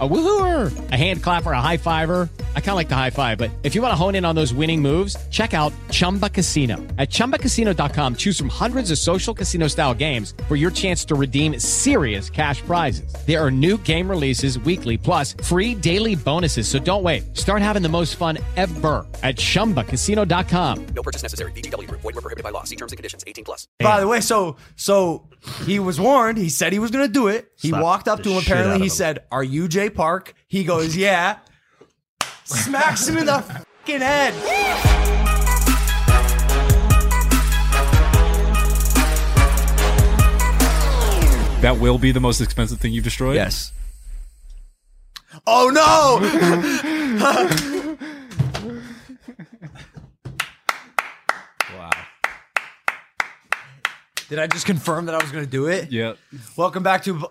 A woohooer, a hand clapper, a high fiver. I kind of like the high five, but if you want to hone in on those winning moves, check out Chumba Casino. At chumbacasino.com, choose from hundreds of social casino style games for your chance to redeem serious cash prizes. There are new game releases weekly, plus free daily bonuses. So don't wait. Start having the most fun ever at chumbacasino.com. No purchase necessary. BGW. Void were prohibited by law. See terms and conditions. 18 plus. By the way, so so he was warned. He said he was going to do it. He Slapped walked up the to him. shit out Apparently, of he him. said, "Are you Jay Park?" He goes, "Yeah." Smacks him in the fucking head. That will be the most expensive thing you've destroyed. Yes. Oh no! Wow. Did I just confirm that I was going to do it? Yeah. Welcome back to.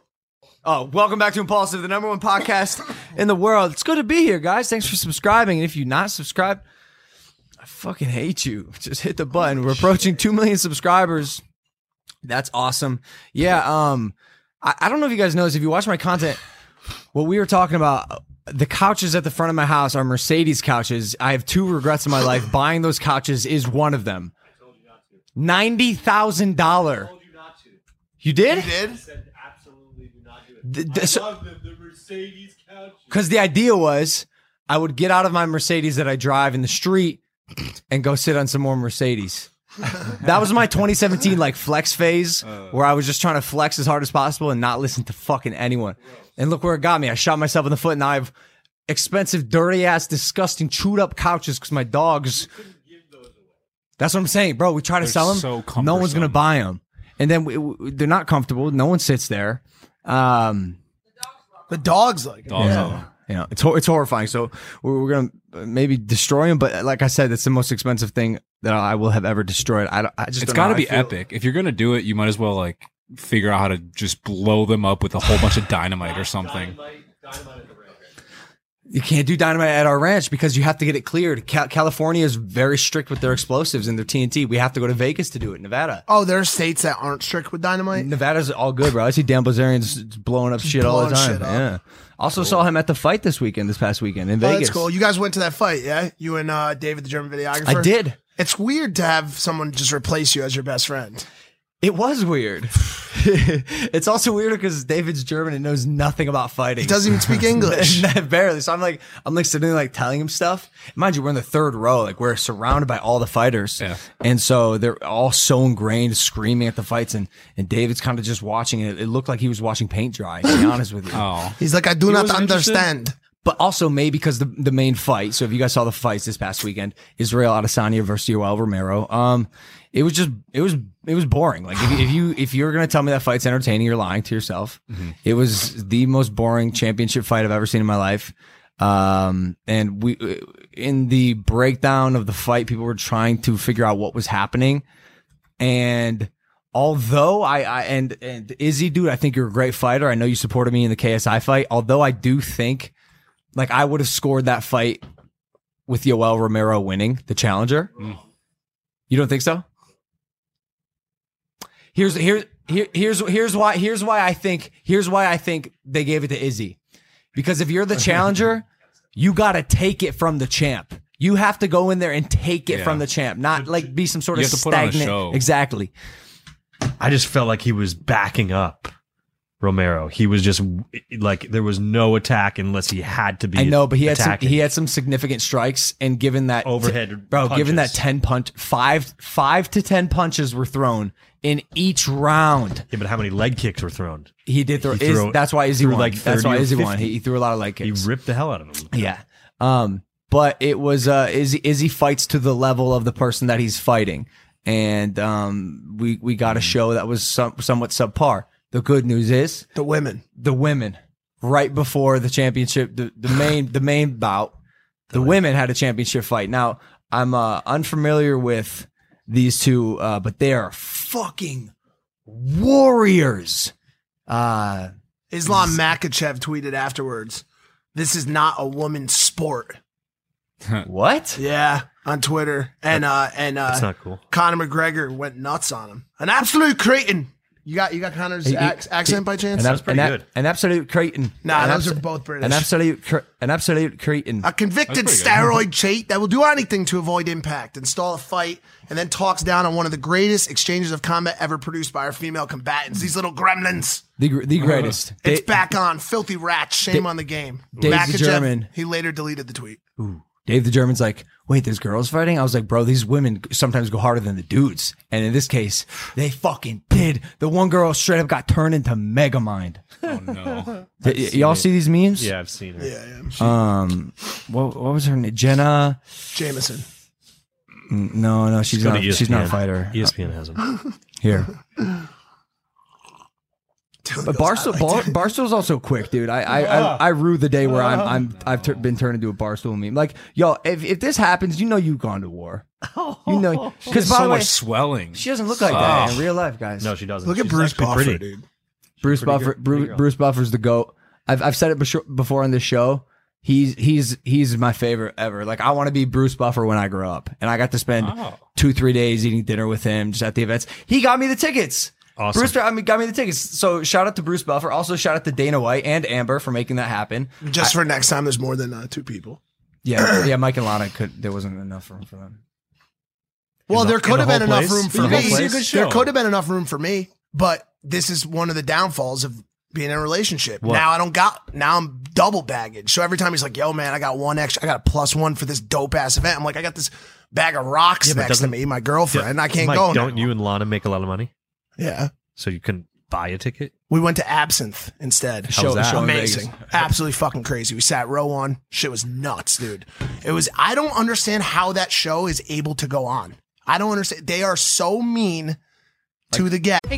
Oh, welcome back to Impulsive, the number one podcast in the world. It's good to be here, guys. Thanks for subscribing. And if you're not subscribed, I fucking hate you. Just hit the button. We're approaching two million subscribers. That's awesome. Yeah. Um, I, I don't know if you guys know this. If you watch my content, what we were talking about. uh, The couches at the front of my house are Mercedes couches. I have two regrets in my life. Buying those couches is one of them. Ninety thousand dollar. You did? did? Because the idea was I would get out of my Mercedes that I drive in the street and go sit on some more Mercedes. that was my 2017 like flex phase where I was just trying to flex as hard as possible and not listen to fucking anyone. And look where it got me. I shot myself in the foot and I have expensive, dirty ass, disgusting, chewed up couches because my dogs. That's what I'm saying, bro. We try to They're sell them. so no one's gonna cumbersome. buy them, and then we, we, they're not comfortable. No one sits there. Um, The dog's like Dogs yeah. on. You know, it's hor- it's horrifying. So we're, we're gonna uh, maybe destroy him, but uh, like I said, that's the most expensive thing that I will have ever destroyed. I, don't- I just It's don't know got to how I be feel. epic. If you're gonna do it, you might as well like figure out how to just blow them up with a whole bunch of dynamite or something. You can't do dynamite at our ranch because you have to get it cleared. Cal- California is very strict with their explosives and their TNT. We have to go to Vegas to do it. Nevada, Oh, there are states that aren't strict with dynamite. Oh, Nevada's all good, bro. I see Dan Blazarian's blowing up shit all the blowing time. shit up. Yeah. Also saw him at the fight this weekend, this past weekend in Oh, Vegas. that's cool. You guys went to that fight, yeah? You and uh, David, the German videographer. I did. It's weird to have someone just replace you as your best friend. It was weird. it's also weird because David's German and knows nothing about fighting. He doesn't even speak English. barely. So I'm like, I'm like sitting there, like telling him stuff. Mind you, we're in the third row, like we're surrounded by all the fighters, Yeah. and so they're all so ingrained, screaming at the fights, and and David's kind of just watching it. It looked like he was watching paint dry. To be honest with you, Oh, He's like, I do not wasn't interested? understand. but also maybe because the the main fight. So if you guys saw the fights this past weekend, Israel Adesanya versus Yoel Romero, um, it was just it was it was boring. Like if, you- if you if you're gonna tell me that fight's entertaining, you're lying to yourself. It was the most boring championship fight I've ever seen in my life. Um, and we in the breakdown of the fight, people were trying to figure out what was happening and although I, I and and Izzy, dude, I think you're a great fighter. I know you supported me in the KSI fight. Although I do think, like, I would have scored that fight with Yoel Romero winning the challenger. You don't think so? Here's here's here, here's here's why here's why I think here's why I think they gave it to Izzy because if you're the challenger, you got to take it from the champ. You have to go in there and take it Yeah. from the champ, not like be some sort You of have to put on a stagnant. show. Exactly. I just felt like he was backing up Romero. He was just like there was no attack unless he had to be. I know, but he had some, attacking. he had some significant strikes, and given that Overhead bro, given that punches. ten punch, five five to ten punches were thrown in each round. Yeah, but how many leg kicks were thrown? He did throw. He threw- Iz- that's why Izzy threw won. like that's 30 why or Izzy won. 50. He, he threw a lot of leg He kicks. ripped the hell out of him. yeah. Um, but it was uh, Izzy. Izzy fights to the level of the person that he's fighting, and um, we we got a Mm. show that was some, somewhat subpar. The good news is The women. the women right before the championship the, the main the main bout the women had a championship fight now i'm uh, unfamiliar with these two uh, but they are fucking warriors uh Islam Makachev tweeted afterwards, This is not a woman's sport. What? Yeah, on Twitter and uh and uh That's not cool. Conor McGregor went nuts on him. An absolute cretin. You got you got Conor's He- he- ac- accent by chance? An, Sounds ab- pretty an, good. ab- an absolute cretin. Nah, an those abs- are both British. An absolute, cre- an absolute cretin. a convicted That's pretty steroid cheat that will do anything to avoid impact, install a fight, and then talks down on one of the greatest exchanges of combat ever produced by our female combatants. These little gremlins. The, gr- the greatest. It's Da- back on. Filthy rat. Shame on the game. Dave's Makachev, a German. He later deleted the tweet. Dave the German's like, wait, there's girls fighting? I was like, bro, these women sometimes go harder than the dudes. And in this case, they fucking did. The one girl straight up got turned into Megamind. Oh no. Y- y- y'all see these memes? Yeah, I've seen it. Yeah, yeah. Um, what, what was her name? Jenna? Jameson. Mm, No, no, she's Go to E not. She's not a ESPN. fighter. ESPN has them. Here, Dude, but those Barstool, highlights. Bar, Barstool's also quick, dude. I, I, I, I rue the day where I'm, I'm, I've tur been turned into a Barstool meme. Like, y'all, if, if this happens, you know you've gone to war. You know, because by so the way, much swelling. she doesn't look like that Oh. in real life, guys. No, she doesn't. Look at She's Bruce actually Buffer, pretty. dude. Bruce pretty Buffer, good- pretty Bruce, girl. Bruce Buffer's the goat. I've, I've said it besho- before on this show. He's he's he's my favorite ever. Like I want to be Bruce Buffer when I grow up, and I got to spend Oh. two three days eating dinner with him just at the events. He got me the tickets. Awesome. Bruce, I mean, got me the tickets. So shout out to Bruce Buffer. Also shout out to Dana White and Amber for making that happen. Just for next time, there's more than uh, two people. Yeah, yeah. Mike and Lana could. There wasn't enough room for them. Well, the- there in could the have been whole enough room place? for In the me. whole place? It's a good There show. could have been enough room for me, but this is one of the downfalls of being in a relationship. What? Now I don't got. Now I'm double baggage. So every time he's like, "Yo, man, I got one extra. I got a plus one for this dope ass event." I'm like, I got this bag of rocks Yeah, but next to doesn't- me, my girlfriend. I can't Mike, go. Don't now. you and Lana make a lot of money? Yeah, So you couldn't buy a ticket? we went to Absinthe instead. How was that? in Amazing. Vegas. Absolutely fucking crazy. We sat row one. Shit was nuts, dude. It was I don't understand how that show is able to go on. I don't understand. They are so mean to the guest. Hey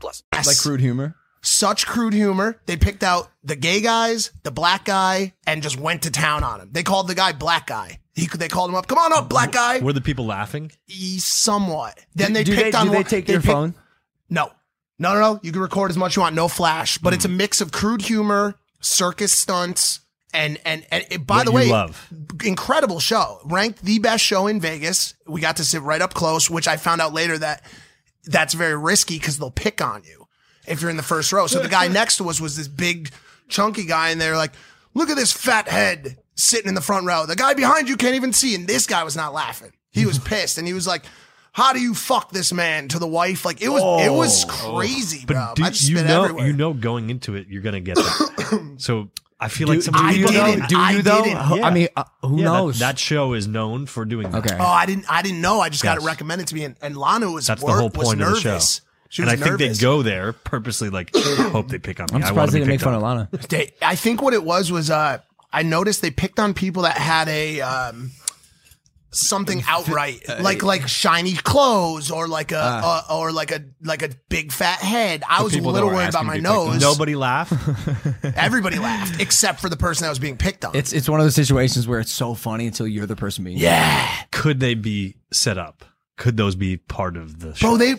plus. Like crude humor. Such crude humor. They picked out the gay guys, the black guy, and just went to town on him. They called the guy black guy. He they called him up. Come on up, black guy. Were the people laughing? He somewhat. Then do, they do picked they, on do they one- take they your picked- phone? No. No, no, no. You can record as much you want, no flash. But Mm. it's a mix of crude humor, circus stunts, and and, and it, by What the you way, love. incredible show. Ranked the best show in Vegas. We got to sit right up close, which I found out later that that's very risky because they'll pick on you if you're in the first row. So the guy next to us was this big, chunky guy, and they're like, "Look at this fat head sitting in the front row. The guy behind you can't even see." And this guy was not laughing. He was pissed, and he was like. How do you fuck this man to the wife? Like it was, it was crazy, bro. Oh. But um, I dude, just you spit know, everywhere. you know, going into it, you're gonna get that. so I feel like some do people you don't- didn't. Do I you though? didn't. Who- I mean, uh, who Yeah, that- knows? That, show is known for doing that. okay. Oh, I didn't. I didn't know. I just got Yes. it recommended to me, and, and Lana was That's the wor- whole was point of the nervous. show. She and was I think nervous. they go there purposely, like hope they pick on me. I'm I wanna surprised be they didn't make picked fun on. of Lana. They, I think what it was was uh, I noticed they picked on people that had a um, something outright, like like shiny clothes or like a uh, or like a like a big fat head. I was a people that little were worried about asking my to be picked on. nose. Nobody laughed. Everybody laughed except for the person that was being picked on. It's it's one of those situations where it's so funny until you're the person being. yeah, Could they be set up? Could those be part of the show? bro. They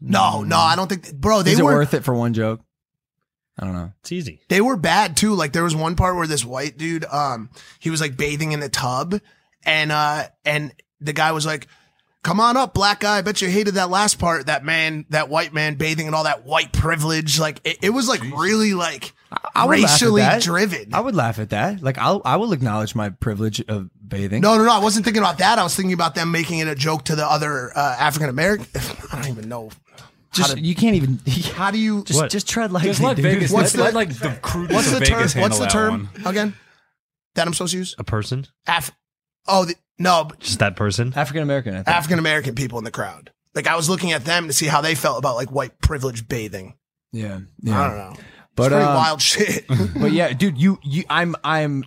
no, Mm-hmm. no. I don't think, bro. They Is it were worth it for one joke? I don't know. it's easy. they were bad too. Like there was one part where this white dude, um, he was like bathing in the tub, and uh, and the guy was like, "Come on up, black guy. I bet you hated that last part. That man, that white man bathing and all that white privilege. Like it, it was like really like I would laugh at racially that. driven. I would laugh at that. Like I'll I will acknowledge my privilege of bathing. no, no, no. I wasn't thinking about that. I was thinking about them making it a joke to the other uh, African American. I don't even know. just you can't even. How do you? Just What? just tread lightly. Just let dude. Vegas. What's let, the- let, like the crude What's the term? Vegas handle What's the that term one. again? That I'm supposed to use. A person, Af. Oh the, no, but just that person. African American. I think. African American people in the crowd. Like I was looking at them to see how they felt about like white privilege bathing. yeah, I yeah. don't know. But But, it's pretty um, wild shit. but yeah, dude, you you I'm I'm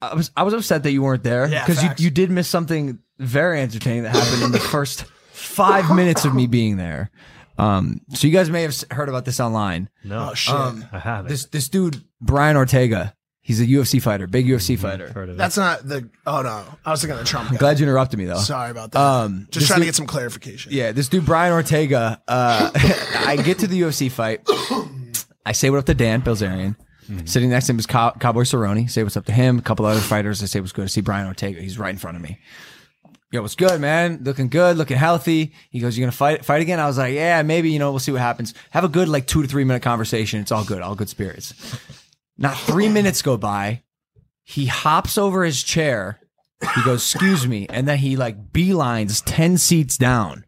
I was I was upset that you weren't there Yeah, because facts. you you did miss something very entertaining that happened in the first five minutes of me being there. Um, so you guys may have s- heard about this online. No, Oh shit. Um, I haven't. This this dude Brian Ortega, he's a UFC fighter, big UFC fighter. Mm-hmm. heard of That's not the. Oh no, I was thinking of the Trump. I'm guy. glad you interrupted me though. Sorry about that. Um, Just this trying to is- get some clarification. Yeah, this dude Brian Ortega. Uh, I get to the UFC fight. I say what up to Dan Bilzerian. Sitting next to him is Cow- Cowboy Cerrone. Say what's up to him. A couple other fighters. I say what's good. I see Brian Ortega. He's right in front of me. Yo, what's good, man? Looking good, looking healthy. He goes, "You gonna fight fight again?" I was like, "Yeah, maybe. You know, we'll see what happens. Have a good like two to three minute conversation. It's all good, all good spirits." Not three minutes go by. He hops over his chair. He goes, "Excuse me," and then he like beelines ten seats down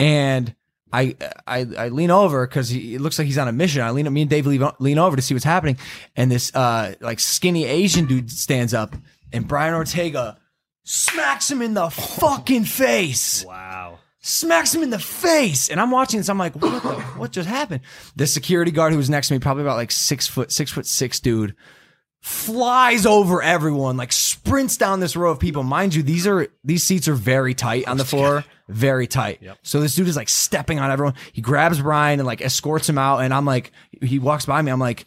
and I I, I lean over because it looks like he's on a mission. I lean, me and Dave lean, lean over to see what's happening, and this uh like skinny Asian dude stands up, and Brian Ortega smacks him in the fucking face. Wow. Smacks him in the face, and I'm watching this. I'm like, what the? What just happened? The security guard who was next to me, probably about like six foot, six foot six dude, flies over everyone, like sprints down this row of people. Mind you, these are these seats are very tight on the floor, very tight. So this dude is like stepping on everyone. He grabs Brian and like escorts him out, and I'm like, he walks by me. I'm like,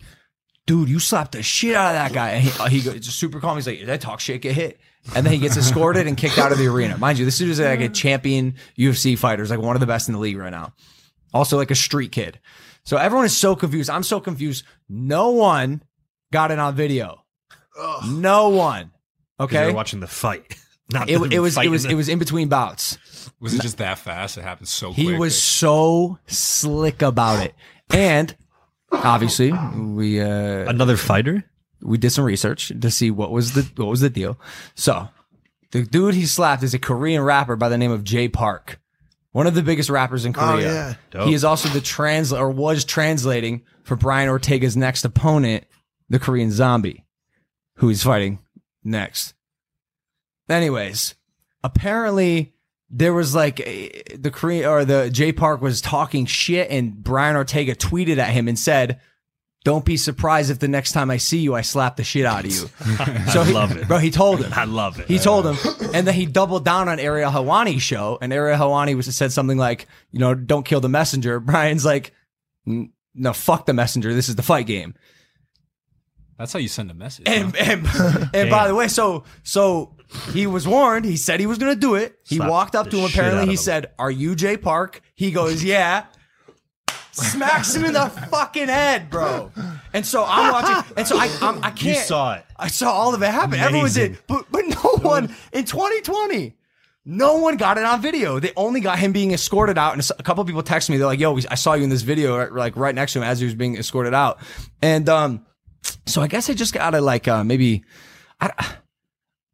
dude, you slapped the shit out of that guy. And he, uh, he goes, just super calm. He's like, "Did that talk shit get hit. And then he gets escorted and kicked out of the arena. Mind you, this dude is like a champion UFC fighter. He's like one of the best in the league right now. Also like a street kid. So everyone is so confused. I'm so confused. No one got it on video. No one. okay. Okay. You're watching the fight. Not It, them it was it fighting was the- it was in between bouts. Was it just that fast? It happened so He quick. was so slick about it, and obviously we uh, another fighter. we did some research to see what was the what was the deal. So the dude he slapped is a Korean rapper by the name of Jay Park, one of the biggest rappers in Korea. Oh, yeah. Dope. He is also the trans or was translating for Brian Ortega's next opponent, the Korean Zombie, who he's fighting next. Anyways, apparently there was like a, the Korean or the Jay Park was talking shit, and Brian Ortega tweeted at him and said. Don't be surprised if the next time I see you, I slap the shit out of you. so he, love it. bro. He told him. I love it. He told him, and then he doubled down on Ariel Hawani's show, and Ariel Hawani was said something like, you know, don't kill the messenger. Brian's like, "N- no, fuck the messenger. This is the fight game. That's how you send a message. huh? And and, and by the way, so so he was warned. He said he was going to do it. He Slapped walked up the to him. shit out Apparently, of he him. said, "Are you Jay Park?" He goes, "Yeah." Smacks him in the fucking head, bro. And so I'm watching, and so I I'm, I You can't. saw it. I saw all of it happen. Everyone did, Amazing. but but no one in 2020. No one got it on video. They only got him being escorted out, and s- a couple people texted me. They're like, "Yo, we- I saw you in this video, right- like right next to him as he was being escorted out." And um, so I guess I just got to like uh, maybe, I,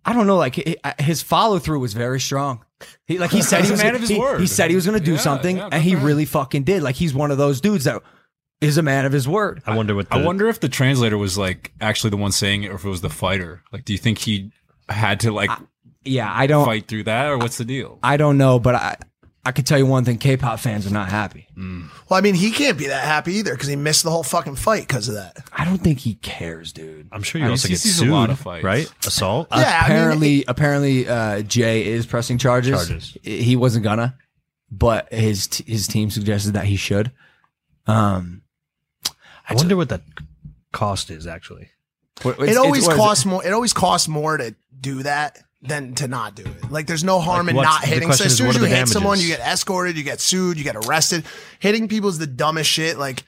I don't know. Like hi- hi- his follow through was very strong. He like he said He's he a was man of his he- word. He said he was going to do Yeah, something, yeah, and good he for him. really fucking did. Like he's one of those dudes that is a man of his word. I wonder what the, I wonder if the translator was like actually the one saying it, or if it was the fighter. Like, do you think he had to like Yeah, I don't. fight through that, or what's the deal? I don't know, but I I could tell you one thing: K-pop fans are not happy. Mm. Well, I mean, he can't be that happy either because he missed the whole fucking fight because of that. I don't think he cares, dude. I'm sure you I mean, also he get sees sued, a lot of fights. right? Assault. Yeah, I mean, apparently, apparently, uh, Jay is pressing charges. Charges. He wasn't gonna, but his t- his team suggested that he should. Um, I wonder what that cost is actually. it always costs more. It always costs more to do that than to not do it. Like, there's no harm Like, in what's- not the hitting. So question as is, soon what as are you the hit someone, you damages? get escorted, you get sued, you get arrested. Hitting people is the dumbest shit. Like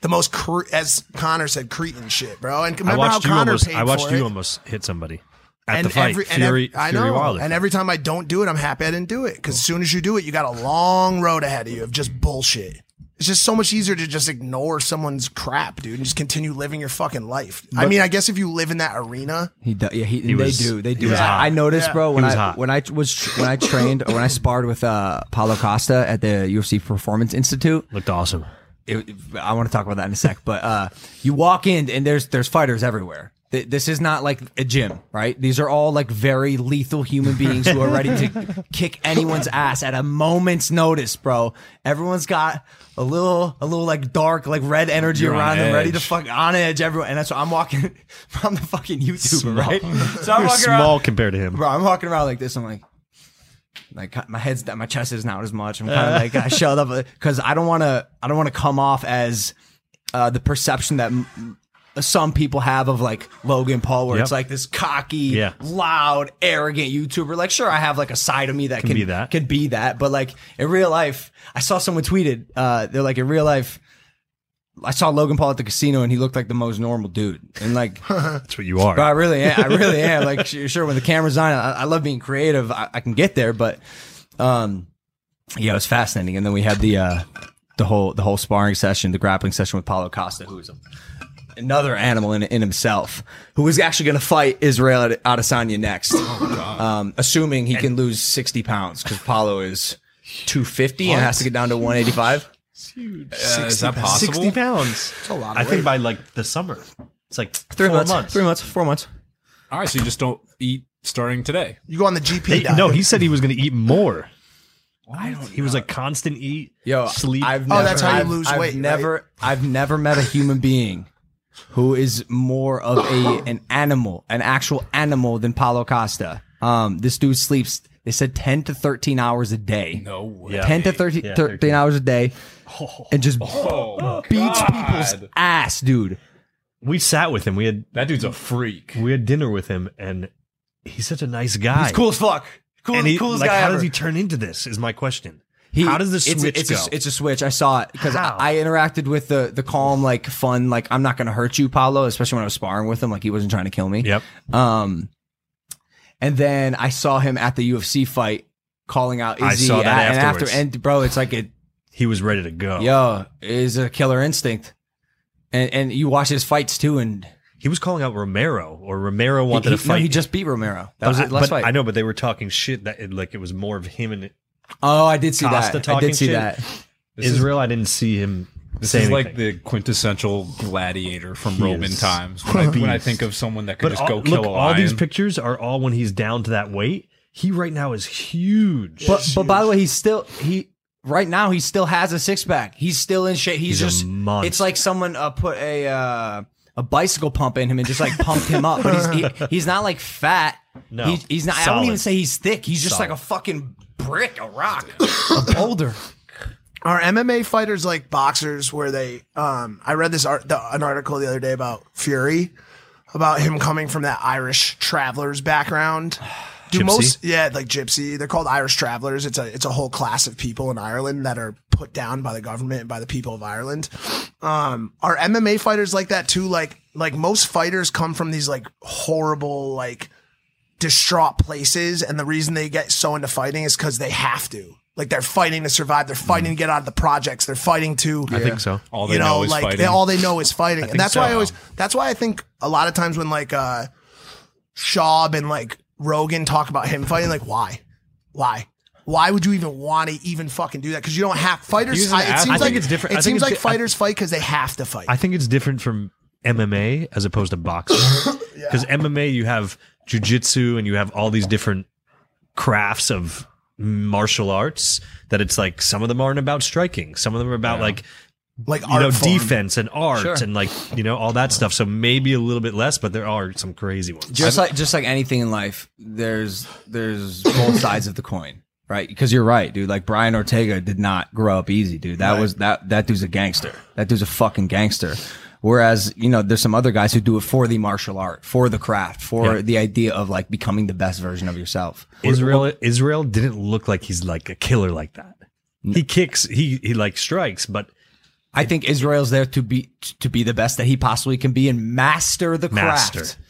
the most, cre- as Connor said, cretin shit, bro. And remember I how watched you Connor almost. paid I watched for you it? almost hit somebody at and the fight. Every, Fury, and ev- I Fury know. Wilder. and every time I don't do it, I'm happy I didn't do it. Because as soon as you do it, you got a long road ahead of you of just bullshit. It's just so much easier to just ignore someone's crap, dude, and just continue living your fucking life. I mean, I guess if you live in that arena, He do, yeah, he, was- they do. They he do. was hot. I, I noticed, Yeah. bro, when He was I hot. when I was tr- when I trained or when I sparred with uh, Paulo Costa at the UFC Performance Institute. looked awesome. it, I want to talk about that in a sec. But uh, you walk in and there's there's fighters everywhere. Th- This is not like a gym, right? These are all like very lethal human beings who are ready to kick anyone's ass at a moment's notice, bro. Everyone's got a little, a little like dark, like red energy You're on around them, ready to edge. fuck on edge. Everyone, and that's why I'm walking. I'm the fucking YouTuber, Small. right? So I'm You're walking small around, compared to him. bro. I'm walking around like this. I'm like, like my head's my chest is not as much. I'm kind of like I shut up because I don't want to. I don't want to come off as uh, the perception that m- some people have of like Logan Paul, where it's Yep. like this cocky, Yeah. loud, arrogant YouTuber. Like, sure, I have like a side of me that can, be that. Can be that, but like in real life, I saw someone tweeted. Uh, they're like in real life. I saw Logan Paul at the casino and he looked like the most normal dude. And like, That's what you are. Bro, I really am. I really am. Like, su- sure, when the camera's on, I, I love being creative. I, I can get there, but um, yeah, it was fascinating. And then we had the uh, the whole the whole sparring session, the grappling session with Paulo Costa, who is a, another animal in, in himself, who is actually going to fight Israel Ad- Adesanya next, um, assuming he can lose sixty pounds because Paulo is two fifty and has to get down to one eighty five. Uh, is that possible? Sixty pounds. That's a lot of I weight. think by like the summer, it's like Three four months, months. three months, four months. All right, so you just don't eat starting today. You go on the GP They- diet. no, he said he was going to eat more. He was like constant eat, Yo, sleep. I've Oh, never, that's how you I've- lose I've weight, Never, I've never met a human being who is more of a an animal, an actual animal than Paulo Costa. Um, this dude sleeps. They said ten to thirteen hours a day. No way. Yeah. ten to 30, Yeah, 13 13. hours a day, and just Oh, beats God. people's ass, dude. we sat with him. We had That dude's a freak. we had dinner with him, and he's such a nice guy. He's cool as fuck. Cool, and he, coolest like, guy how ever. does he turn into this? Is my question. He- how does the it's a- switch it's go? A, it's a switch. I saw it because I, How? I interacted with the the calm, like fun, like I'm not going to hurt you, Paulo. Especially when I was sparring with him, like he wasn't trying to kill me. yep. Um, and then I saw him at the UFC fight calling out I Izzy. saw that at- and afterwards. Oh. and bro, it's like it, He was ready to go. yo, is a killer instinct. And and you watch his fights too, and He was calling out Romero, or Romero he, wanted he- to fight. no, he just beat Romero. That But was I- it last but fight. I know, but they were talking shit that it, like it was more of him and oh, I did see Costa that. I talking did see shit. that. This is- Israel. I didn't see him. This say is like anything. the quintessential gladiator from He Roman is times. When I, when I beast. think of someone that could But just all, go kill look, a lion. all these pictures are all when he's down to that weight. He right now is huge. But but by the way, he's still he right now he still has a six pack. He's still in shape. He's, He's a just monster. it's like someone uh, put a uh, a bicycle pump in him and just like pumped him up. But he's he, he's not like fat. No. He- he's not. I Solid. don't even say he's thick. He's just Solid. like a fucking brick, a rock, a boulder. Are MMA fighters like boxers where they um I read this art the, an article the other day about Fury about him coming from that Irish travelers background. Do Gypsy? most yeah, like gypsy. They're called Irish travelers. It's a it's a whole class of people in Ireland that are put down by the government and by the people of Ireland. Um are MMA fighters like that too? Like like most fighters come from these like horrible like distraught places and the reason they get so into fighting is because they have to like they're fighting to survive they're fighting Mm. to get out of the projects they're fighting to I think so. all they you know, know is like fighting. They, all they know is fighting, and think that's why so. I always. That's why I think a lot of times when like uh Schaub and like Rogan talk about him fighting, like why, why, why would you even want to even fucking do that? Because you don't have He's fighters. an I, it athlete. seems I like think it's different. It I think seems it's like di- I- fighters fight because they have to fight. I think it's different from MMA as opposed to boxing. Because MMA, you have jujitsu and you have all these different crafts of martial arts that it's like some of them aren't about striking, some of them are about like like you art know form. defense and art and like you know all that stuff. So maybe a little bit less, but there are some crazy ones. Just like just like anything in life, there's there's both sides of the coin. Right, because you're right, dude. Like Brian Ortega did not grow up easy, dude. That was that that dude's a gangster. That dude's a fucking gangster. Whereas you know, there's some other guys who do it for the martial art, for the craft, for Yeah. the idea of like becoming the best version of yourself. Israel Israel didn't look like he's like a killer like that. He kicks, he he like strikes, but I think Israel's there to be to be the best that he possibly can be and master the craft. Master.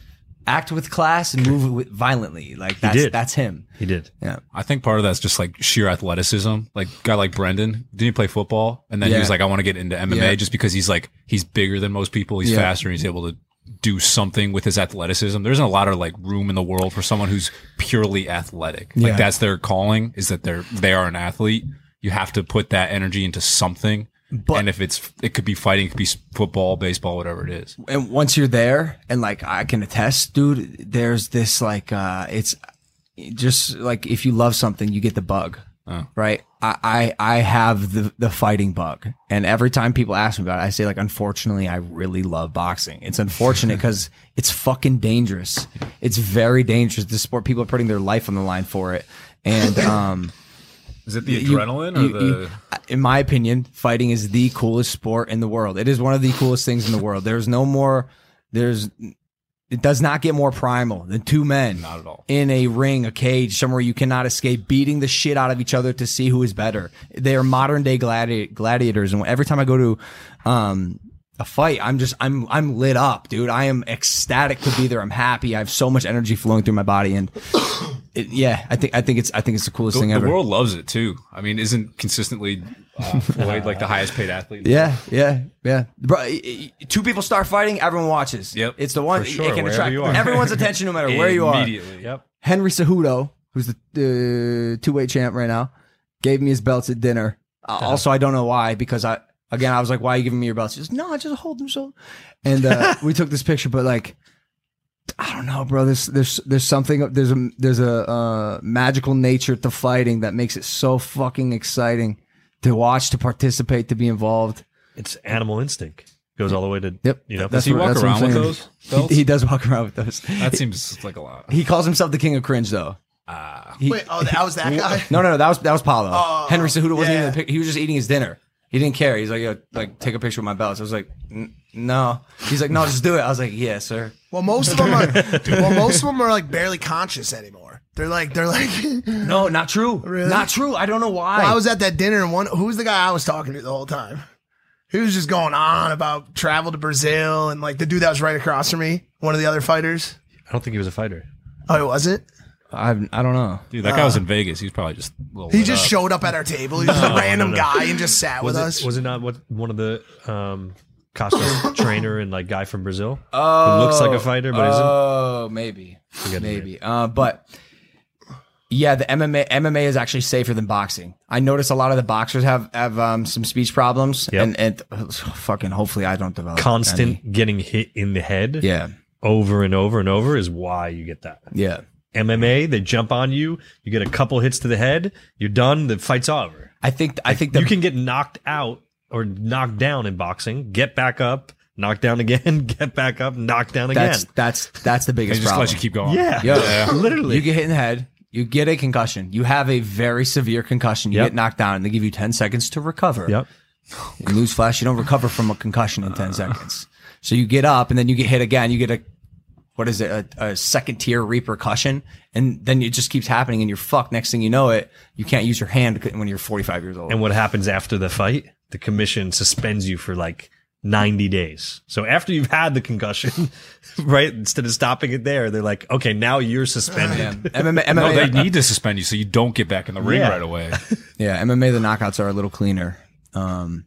Act with class and move with violently. Like that's did. that's him. he did. Yeah. I think part of that's just like sheer athleticism. Like guy like Brendan, didn't he play football? And then Yeah. he was like, I want to get into MMA Yeah. just because he's like he's bigger than most people, he's Yeah. faster, and he's able to do something with his athleticism. There isn't a lot of like room in the world for someone who's purely athletic. Yeah. Like that's their calling is that they're they are an athlete. You have to put that energy into something. But- and if it's it could be fighting, it could be s- football, baseball, whatever it is. and once you're there and like i can attest dude there's this like uh it's just like if you love something you get the bug right I, I i have the the fighting bug and every time people ask me about it i say like unfortunately i really love boxing it's unfortunate because it's fucking dangerous it's very dangerous the sport people are putting their life on the line for it and um Is it the you- you- you- uh, in my opinion, fighting is the coolest sport in the world. It is one of the coolest things in the world. There's no more. There's. It does not get more primal than two men. Not at all. In a ring, a cage, somewhere you cannot escape, beating the shit out of each other to see who is better. They are modern day gladi- gladiators, and every time I go to um, a fight, I'm just I'm I'm lit up, dude. I am ecstatic to be there. I'm happy. I have so much energy flowing through my body, and it, yeah, I think I think it's I think it's the coolest thing the ever. world loves it too. I mean, isn't consistently uh, Floyd like the highest paid athlete? Yeah, yeah, yeah. Bro, i- i- two people start fighting, everyone watches. Yep. It's the one For sure, it can wherever attract you are. everyone's attention no matter where you are. Immediately. Yep. Henry Cejudo, who's the uh, two-way champ right now, gave me his belts at dinner. Uh, Uh-huh. also, I don't know why because I again I was like, "Why are you giving me your belts?" He goes, "No, I just hold them so." And uh, we took this picture, but like, I don't know, bro. There's there's there's something there's a there's a uh, magical nature to fighting that makes it so fucking exciting to watch, to participate, to be involved. It's animal instinct. Goes all the way to Yep. you know. That's Does he what- walk that's what I'm around with saying. those belts? He, he does walk around with those. that seems like a lot. He calls himself the king of cringe, though. Ah. He- Wait, oh, that was that guy. No, no, no. That was that was Paulo. Oh, Henry Cejudo wasn't yeah. even. in The pic- he was just eating his dinner. He didn't care. He's like, Yo, like take a picture with my belts. I was like, "N- no. He's like, no, just do it. I was like, yeah, sir. Well, most of them are. well, most of them are like barely conscious anymore. They're like they're like. No, not true. Really? Not true. I don't know why. I was at that dinner and one. Who was the guy I was talking to the whole time? He was just going on about travel to Brazil and like the dude that was right across from me, one of the other fighters. I don't think he was a fighter. Oh, it wasn't. I, I don't know. Dude, that guy was in Vegas. He was probably just a little He lit just up. showed up at our table. He was just a random no. guy and just sat Was with it, us. was it not what one of the um, Costco trainer and like guy from Brazil? Oh, who looks like a fighter, but isn't. Oh, maybe, maybe. Uh, but yeah, the MMA MMA is actually safer than boxing. I notice a lot of the boxers have have um, some speech problems, Yep. and, and fucking hopefully I don't develop Constant any. getting hit in the head, Yeah, over and over and over is why you get that. yeah. MMA, they jump on you, you get a couple hits to the head, you're done, the fight's over. I think I think the you can get knocked out or knocked down in boxing, get back up, knocked down again, get back up, knocked down again. that's that's that's the They biggest just problem. let you keep going. yeah, Yeah. literally. You get hit in the head. You get a concussion. You have a very severe concussion. You Yep. get knocked down, and they give you ten seconds to recover. yep. And newsflash: you don't recover from a concussion in Uh. ten seconds. So you get up, and then you get hit again. You get a what is it? A, a second tier repercussion, and then it just keeps happening, and you're fucked. Next thing you know, it you can't use your hand when you're 45 years old. And what happens after the fight? The commission suspends you for like 90 days. So after you've had the concussion, right? Instead of stopping it there, they're like, okay, now you're suspended. Oh, yeah. MMA, MMA, No, they need to suspend you so you don't get back in the ring Yeah. right away. yeah, MMA. The knockouts are a little cleaner. Um,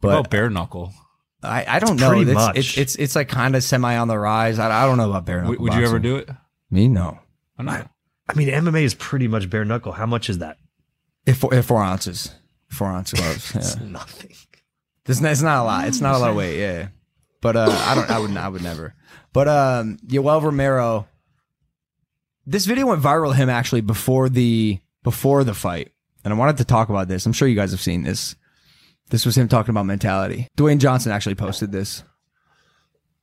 What But- about bare knuckle? I, I don't know. pretty It's, much. it's it's it's like kind of semi on the rise. I, I don't know about bare W- knuckle. would you ever boxing. do it? me? No. I'm not. I mean, MMA is pretty much bare knuckle. How much is that? If four, if four ounces, four ounce gloves. Yeah. Nothing. it's, not, it's not a lot. It's not a lot of weight. Yeah. yeah. But uh, I don't. I would. I would never. But um, Yoel Romero. This video went viral. Him actually before the before the fight, and I wanted to talk about this. I'm sure you guys have seen this. This was him talking about mentality. Dwayne Johnson actually posted this.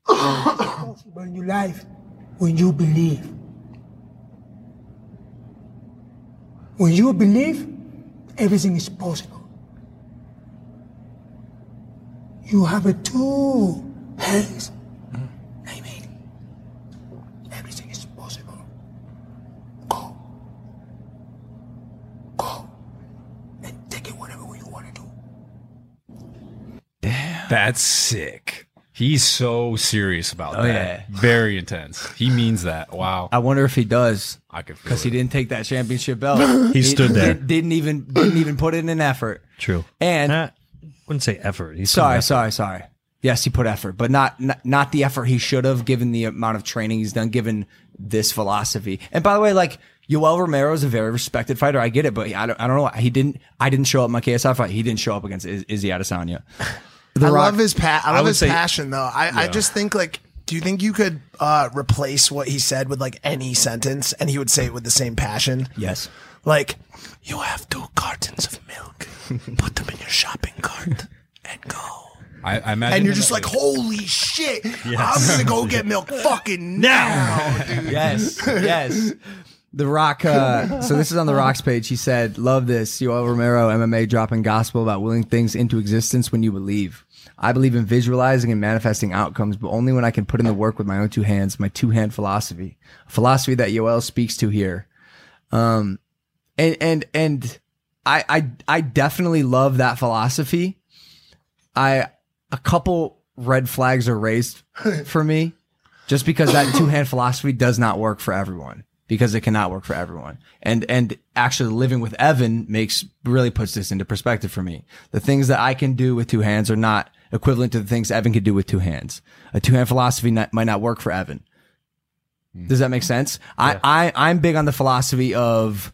possible in your life when you believe. When you believe, everything is possible. You have a two hands. Mm-hmm. I mean, everything is possible. Go. Go. And take it whatever way you want to do. That's sick. He's so serious about Oh, that. Very intense. He means that. Wow. I wonder if he does. I could feel because he it. didn't take that championship belt. He stood there. Did, didn't even didn't even put in an effort. True. And Nah, wouldn't say effort. He's sorry, effort. sorry, sorry. Yes, he put effort, but not, not not the effort he should have given the amount of training he's done, given this philosophy. And by the way, like Yoel Romero is a very respected fighter. I get it, but I don't, I don't know. why. He didn't. I didn't show up in my KSI fight. He didn't show up against Iz- Izzy Adesanya. The I Rock- love his pa- I love would his say- passion though. I, I just think like, do you think you could uh, replace what he said with like any sentence, and he would say it with the same passion? Yes. Like, you have two cartons of milk. Put them in your shopping cart and go. I, I imagine. And you're that- just like, holy shit! I'm gonna go get milk fucking now, dude. Yes. yes. The Rock. Uh, so this is on the Rock's page. He said, "Love this. Yoel Romero, MMA dropping gospel about willing things into existence when you believe. I believe in visualizing and manifesting outcomes, but only when I can put in the work with my own two hands. My two hand philosophy, a philosophy that Yoel speaks to here. Um, and and and I I I definitely love that philosophy. I a couple red flags are raised for me just because that two hand philosophy does not work for everyone because it cannot work for everyone. And, and actually living with Evan makes really puts this into perspective for me. The things that I can do with two hands are not equivalent to the things Evan could do with two hands. A two hand philosophy not, might not work for Evan. Does that make sense? I, I, I'm big on the philosophy of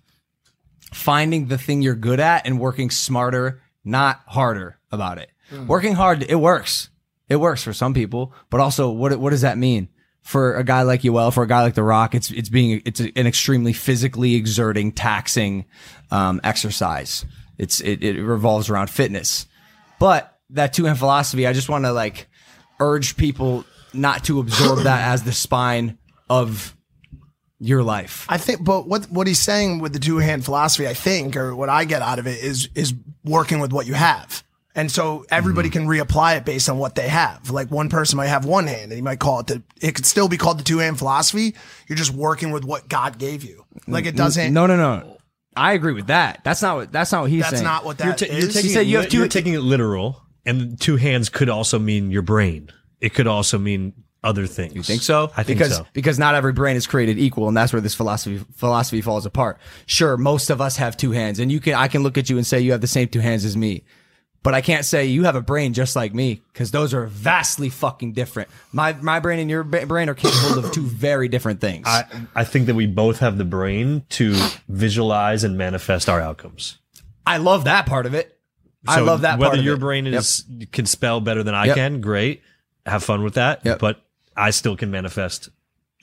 finding the thing you're good at and working smarter, not harder about it. Working hard, it works. It works for some people, but also what what does that mean for a guy like Yoel, for a guy like The Rock? It's it's being it's an extremely physically exerting, taxing um, exercise. It's it, it revolves around fitness, but that two hand philosophy. I just want to like urge people not to absorb that as the spine of your life. I think, but what what he's saying with the two hand philosophy, I think, or what I get out of it is is working with what you have, and so everybody can reapply it based on what they have. Like one person might have one hand, and he might call it the. It could still be called the two hand philosophy. You're just working with what God gave you. Like it doesn't. No, no, no. I agree with that. That's not what that's not what he's that's saying. not what You're, that ta- you're is. taking said it you li- have two- you're taking it literal, and two hands could also mean your brain. It could also mean other things. You Think so? I think because, so. Because not every brain is created equal, and that's where this philosophy philosophy falls apart. Sure, most of us have two hands, and you can I can look at you and say you have the same two hands as me, but I can't say you have a brain just like me because those are vastly fucking different. My my brain and your ba- brain are capable of two very different things. I, I think that we both have the brain to visualize and manifest our outcomes. I love that part of it. I So love that Whether part of your it. brain is can spell better than I Yep. can, great. Have fun with that. Yep. But I still can manifest.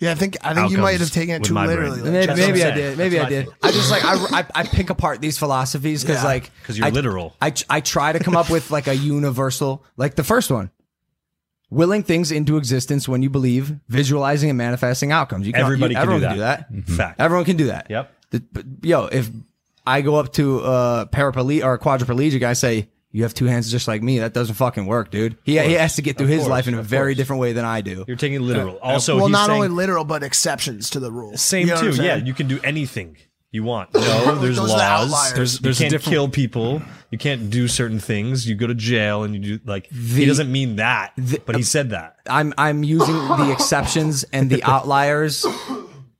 Yeah, I think I think you might outcomes have taken it with too my brain. literally. like, Maybe, That's what I'm maybe I saying. did. Maybe That's I what I did. I just like I, I, I pick apart these philosophies because Yeah. like 'Cause you're I- literal. I I try to come up with like a universal like the first one. Willing things into existence when you believe, visualizing and manifesting outcomes. You can, Everybody you, can do everyone that. can do that. Fact. Everyone can do that. Yep. The- but, yo, if I go up to a paraplegic or a quadriplegic, I say you have two hands just like me. That doesn't fucking work, dude. He he has to get through his life in a very different way than I do. You're taking it literal. Uh, Also, well, he's not saying, only literal, but exceptions to the rule. same You know what I'm too. Yeah, saying? you can do anything you want. No, there's Those are the laws. outliers. There's- there's a you can't different- kill people. You can't do certain things. You go to jail and you do like he doesn't mean that, but he said that. I'm I'm using the exceptions and the outliers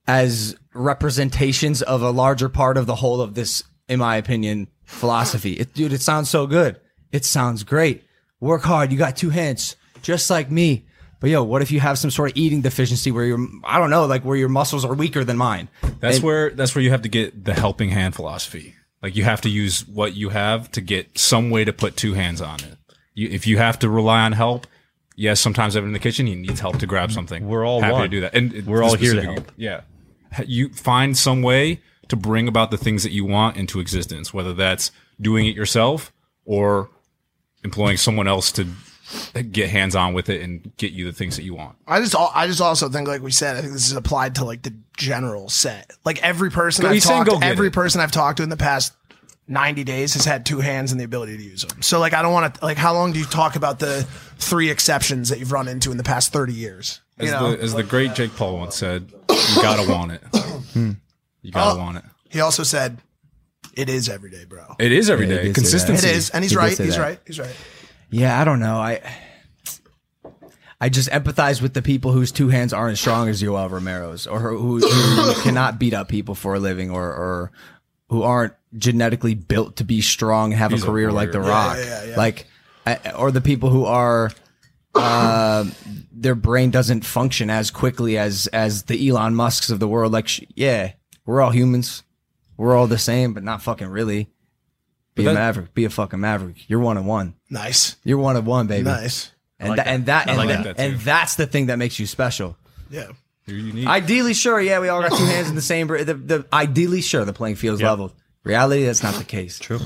as representations of a larger part of the whole of this, in my opinion, philosophy. It, dude, it sounds so good. It sounds great. Work hard. You got two hands, just like me. But yo, what if you have some sort of eating deficiency where your I don't know, like where your muscles are weaker than mine? That's where that's where you have to get the helping hand philosophy. Like you have to use what you have to get some way to put two hands on it. You, if you have to rely on help, yes, sometimes Evan in the kitchen he needs help to grab something. We're all happy to one. do that, and it- We're all here to specific- help. Yeah, Ha- you find some way to bring about the things that you want into existence, whether that's doing it yourself or employing someone else to get hands on with it and get you the things that you want. I just al- I just also think like we said I think this is applied to like the general set. Like every person Go- I've he's saying talked go get every it. person I've talked to in the past 90 days has had two hands and the ability to use them. So like I don't want to like how long do you talk about the three exceptions that you've run into in the past 30 years? You As, know. the, as the great Jake Paul once said, "You gotta want it. You gotta Oh. want it. he also said it is every day, bro. It is every Yeah, he day. did say It Consistency. is, and he's He did right. say He's that. right. He's right. Yeah, I don't know. I I just empathize with the people whose two hands aren't as strong as Yoel Romero's, or who, who cannot beat up people for a living, or or who aren't genetically built to be strong and have He's a a career like The warrior. Rock, yeah, yeah. like I, or the people who are. Uh, their brain doesn't function as quickly as as the Elon Musk's of the world. Like, sh- yeah, We're all humans. We're all the same, but not fucking really. Be a that- maverick. Be a fucking maverick. You're one of one. Nice. You're one of one, baby. Nice. And, like tha- that. and that, I and, like tha- that too. and that's the thing that makes you special. Yeah. You're unique. Ideally, sure, yeah, we all got two hands in the same. br- The, the ideally, sure, the playing field's Yeah. leveled. Reality, that's not the case. True.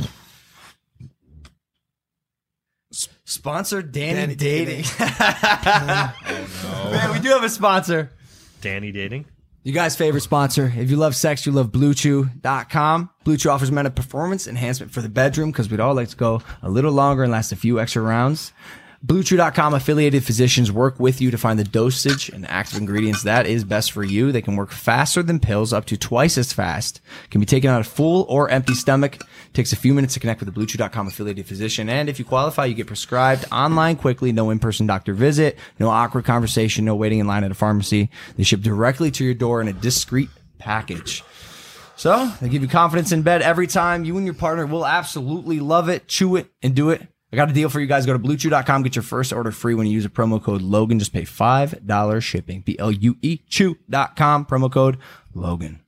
Sponsor Danny, Danny Dating. Man, we do have a sponsor. Danny dating. You guys' favorite sponsor. If you love sex, you love BlueChew.com. Blue Chew offers men a performance enhancement for the bedroom because we'd all like to go a little longer and last a few extra rounds. BlueChew.com affiliated physicians work with you to find the dosage and active ingredients that is best for you. They can work faster than pills, up to twice as fast. Can be taken on a full or empty stomach. Takes a few minutes to connect with a BlueChew.com affiliated physician. And if you qualify, you get prescribed online quickly. No in-person doctor visit, no awkward conversation, no waiting in line at a pharmacy. They ship directly to your door in a discreet package. So they give you confidence in bed every time. You and your partner will absolutely love it, chew it, and do it. I got a deal for you guys. Go to bluechew.com, get your first order free when you use a promo code Logan. Just pay $5 shipping. B L U E chew.com, promo code Logan.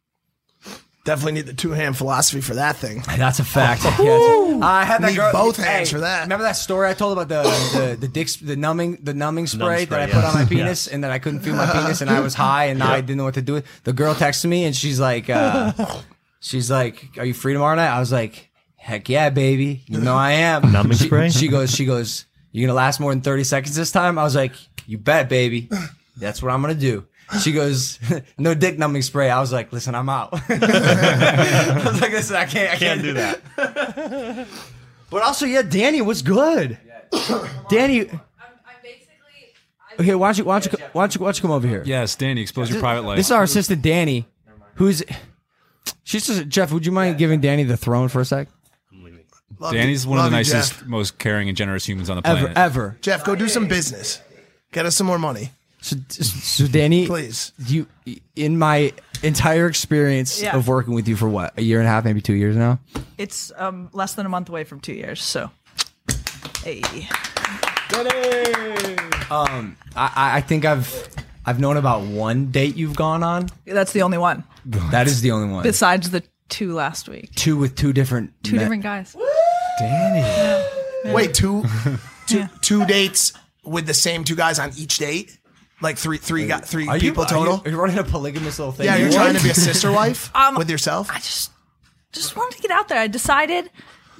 Definitely need the two hand philosophy for that thing. That's a fact. Yeah, it's- I had that Need girl. both hands for that. Remember that story I told about the the, the dick the numbing the numbing spray, spray, that I yeah. put on my Yeah. penis and that I couldn't feel my penis and I was high and I didn't know what to do. with The girl texted me and she's like, uh, she's like, "Are you free tomorrow night?" I was like, "Heck yeah, baby! You know I am." Numbing she, spray? She goes, she goes, "You gonna last more than thirty seconds this time?" I was like, "You bet, baby. That's what I'm gonna do." She goes, no dick numbing spray. I was like, listen, I'm out. I was like, listen, I can't, I can't, Can't do that. but also, yeah, Danny was good. Danny, I'm, I'm basically. I'm okay, why don't you why don't you why don't you, why don't you come over here? yes, Danny, expose your private life. This is our assistant Danny, who's she's just Jeff. Would you mind giving Danny the throne for a sec? Love Danny's you- one of the love you, nicest, Jeff. most caring, and generous humans on the Ever planet. ever. Jeff, go do some business. Get us some more money. So, so Danny, Please. you in my entire experience Yeah. of working with you for what a year and a half, maybe two years now. It's um, less than a month away from two years, so. Hey. I- I, I think I've I've known about one date you've gone on. That's the only one That is the only one. besides the two last week. two with two different Two men. different guys. Danny. Wait, two Yeah. two dates with the same two guys on each date? Like three three got three Are you- people are you- total? Are you running a polygamous little thing? yeah, you're What? trying to be a sister wife Um, with yourself? I just just wanted to get out there. I decided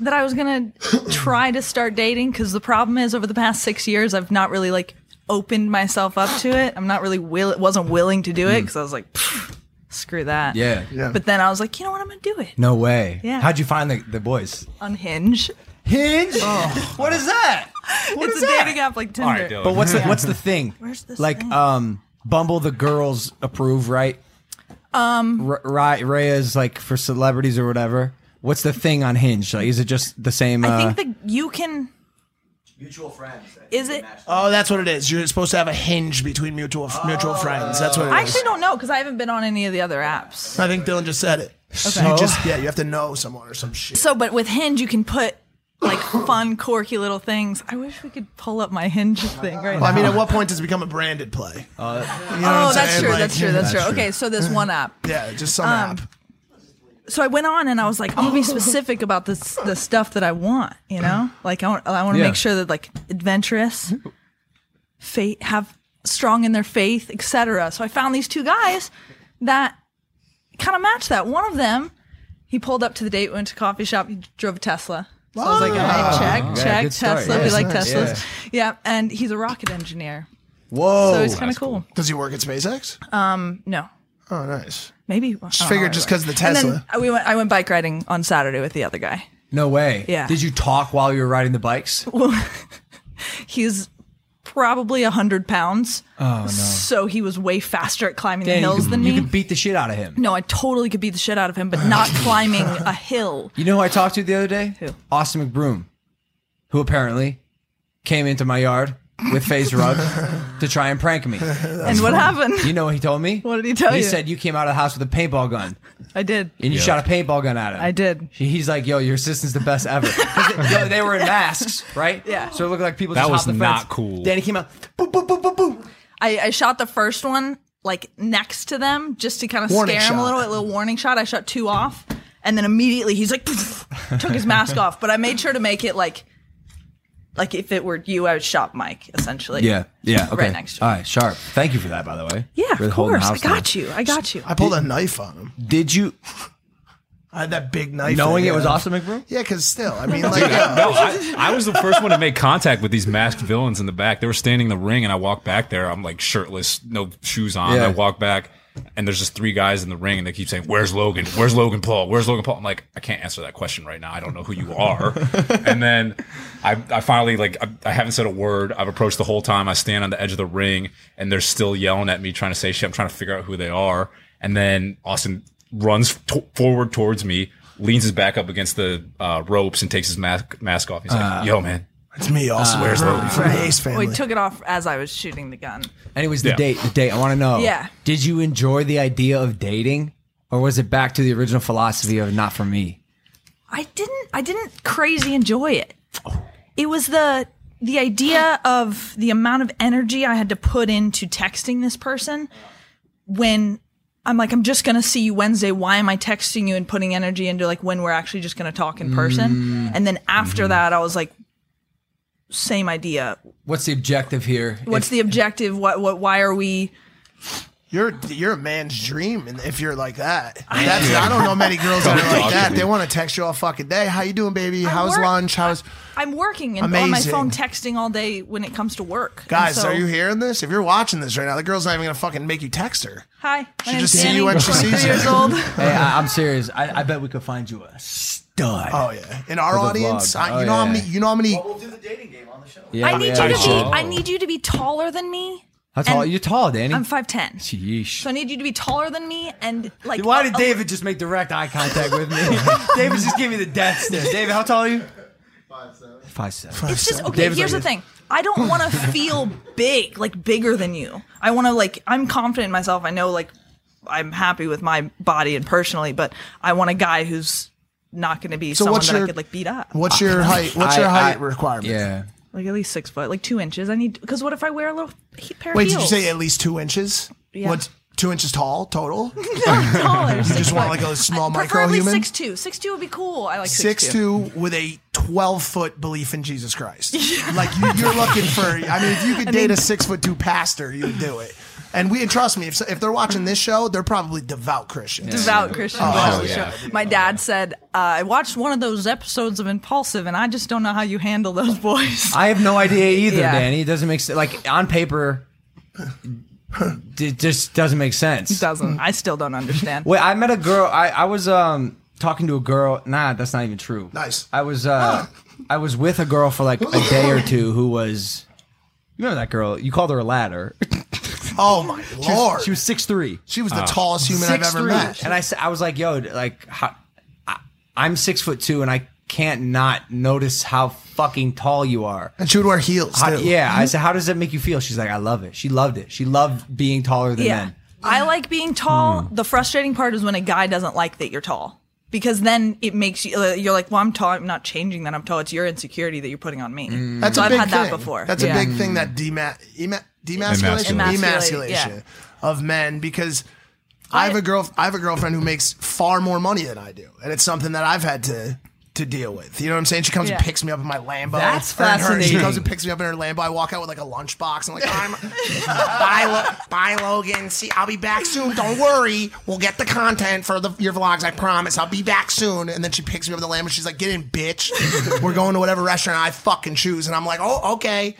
that I was gonna try to start dating because the problem is over the past six years I've not really like opened myself up to it. I'm not really will wasn't willing to do it because I was like, "Pfft, screw that. Yeah. But then I was like, you know what? I'm gonna do it. No way. Yeah. How'd you find the, the boys? Unhinge. Hinge. What is that? Oh. it's is a that? dating app like All right, Tinder. Dylan. But what's the what's the thing? Where's this like thing? um Bumble the girls approve, right? Um R- Ra- Raya's like for celebrities or whatever. What's the thing on Hinge? Like is it just the same uh, I think that you can. mutual friends? Is it? oh, that's what it is. You're supposed to have a hinge between mutual mutual friends. That's what it is. I actually don't know because I haven't been on any of the other apps. I think Dylan just said it. So- You just yeah, you have to know someone or some shit. So, but with Hinge, you can put like fun, quirky little things. I wish we could pull up my Hinge thing right now. I mean, at what point does it become a branded play? Uh, You know what oh, I'm that's saying? true, Like, that's true. That's Um, true. Okay, so there's one app. Yeah, just some app. So I went on and I was like, I'm gonna be specific about this the stuff that I want. You know, like I want, I want to Yeah. make sure that like adventurous, faith have strong in their faith, etc. So I found these two guys that kind of matched that. One of them, he pulled up to the date, went to a coffee shop, he drove a Tesla. So I was like, all right, check, Yeah, check, good start. Tesla. we Yeah. like Nice. Teslas. Yeah. and he's a rocket engineer. Whoa. So it's kind of cool. Does he work at SpaceX? No, Oh, nice. maybe. Just figured just 'cause of the Tesla. we went. I went bike riding on Saturday with the other guy. no way. Yeah. Did you talk while you were riding the bikes? He's probably hundred pounds. Oh no! So he was way faster at climbing the you hills could, than you me. could beat the shit out of him. no, I totally could beat the shit out of him, but not climbing a hill. You know who I talked to the other day? Who? Austin McBroom, who apparently came into my yard with phase rug to try and prank me. And what happened? You know what he told me? What did he tell He you? said you came out of the house with a paintball gun I did. and you shot a paintball gun at him. I did. He's like, "Yo, your assistant's the best ever." 'Cause they, yo, they were in masks, right? Yeah. So it looked like people. That just was hopped the not fence. cool. Danny came out. Boop boop boop boop boop. I, I shot the first one like next to them just to kind of Warning scare him a shot. little, a little warning shot. I shot two off, and then immediately he's like took his mask off. But I made sure to make it like like if it were you, I would shot Mike essentially. Yeah, yeah. Okay. Right next to All him. right, sharp. Thank you for that, by the way. Yeah, For of holding the course. I house got down. you. I got you. I pulled a knife on him. Did you I had that big knife. knowing that it he was had. Austin McBroom? Yeah, because still, I mean, like, uh, No, I, I was the first one to make contact with these masked villains in the back. They were standing in the ring, and I walked back there. I'm like shirtless, no shoes on. Yeah. I walk back, and there's just three guys in the ring, and they keep saying, "Where's Logan? Where's Logan Paul? Where's Logan Paul?" I'm like, I can't answer that question right now. I don't know who you are. and then I, I finally like I, I haven't said a word. I've approached the whole time. I stand on the edge of the ring, and they're still yelling at me, trying to say shit. I'm trying to figure out who they are. And then Austin runs to- forward towards me. Leans his back up against the uh, ropes and takes his mask mask off. He's like, "Yo, man, it's me, Uh, Austin. Where's Logan? From the Ace Well, family. he took it off as I was shooting the gun. Anyways, the Yeah. date, the date. I want to know. Yeah. Did you enjoy the idea of dating, or was it back to the original philosophy of not for me? I didn't I didn't crazy enjoy it. It was the the idea of the amount of energy I had to put into texting this person when I'm like, I'm just gonna see you Wednesday. Why am I texting you and putting energy into like when we're actually just gonna talk in person? Mm. And then after Mm-hmm. that I was like same idea. What's the objective here? What's the objective? What what why are we You're you're a man's dream, and if you're like that, that's, I don't know many girls that are like that. They want to text you all fucking day. How you doing, baby? How's work- lunch? How's I'm working and on my Amazing. phone texting all day when it comes to work. And guys? so- are you hearing this? If you're watching this right now, the girl's not even gonna fucking make you text her. Hi. She just see you when she sees you. years old. Hey, I, I'm serious. I, I bet we could find you a stud. Oh yeah, in our For the audience, vlog. I, you Oh, know how yeah. many, you know how many. Yeah, I need yeah. you to be. sure. I need you to be taller than me. How tall? and- You're tall, Danny. I'm five ten. So Oh, Yeesh. I need you to be taller than me and like. Why did a- a- David just make direct eye contact with me? David just gave me the death stare. David, how tall are you? Five seven. Five seven. It's just okay. David's here's like the thing. I don't want to feel big, like bigger than you. I want to like. I'm confident in myself. I know like. I'm happy with my body and personally, but I want a guy who's not going to be someone what's that I your- could like beat up. What's your height? What's your I- height I- requirement? Yeah. Like at least six foot, like two inches. I need because what if I wear a little he- pair Wait, of did you heels? say at least two inches? Yeah. What's two inches tall total? taller? You just want, like, a small Preferably microhuman? six two. Six two would be cool. I like Six two with a twelve foot belief in Jesus Christ. Like you, you're looking for. I mean, if you could date a six foot two pastor, you would do it. And we and trust me, if if they're watching this show, they're probably devout Christians. devout Christian Oh, Bible show. My dad said, uh, I watched one of those episodes of Impulsive, and I just don't know how you handle those boys. I have no idea either, Yeah. Danny. It doesn't make sense. Like on paper, it just doesn't make sense. Doesn't. I still don't understand. Hmm. Wait, I met a girl. I, I was um talking to a girl. Nah, that's not even true. Nice. I was uh I was with a girl for like a day or two who was. You remember that girl? You called her a ladder. Oh my lord, She was six three. She was the tallest human I've ever met. And I, s- I was like, yo, like, how, I, I'm six foot two, and I can't not notice how fucking tall you are. And she would wear heels. How- too. yeah, I said, how does that make you feel? She's like, I love it. She loved it. She loved being taller than yeah. men. I like being tall. Hmm. The frustrating part is when a guy doesn't like that you're tall. Because then it makes you, uh, you're like, well, I'm tall. I'm not changing that. I'm tall. It's your insecurity that you're putting on me. Hmm. That's so a I've big had thing. that before. That's Mm. Yeah. a big thing that dema- ema- demasculation, Emasculate. Emasculate, yeah. emasculation of men because I, have a girl. I have a girlfriend who makes far more money than I do, and it's something that I've had to to deal with. You know what I'm saying? She comes Yeah. and picks me up in my Lambo. That's or in her- fascinating. she comes and picks me up in her Lambo. I walk out with like a lunchbox. I'm like, I'm, bye, Lo- bye, Logan. See, I'll be back soon. Don't worry, we'll get the content for the, your vlogs. I promise. I'll be back soon. And then she picks me up in the Lambo. She's like, get in, bitch. We're going to whatever restaurant I fucking choose. And I'm like, oh, okay.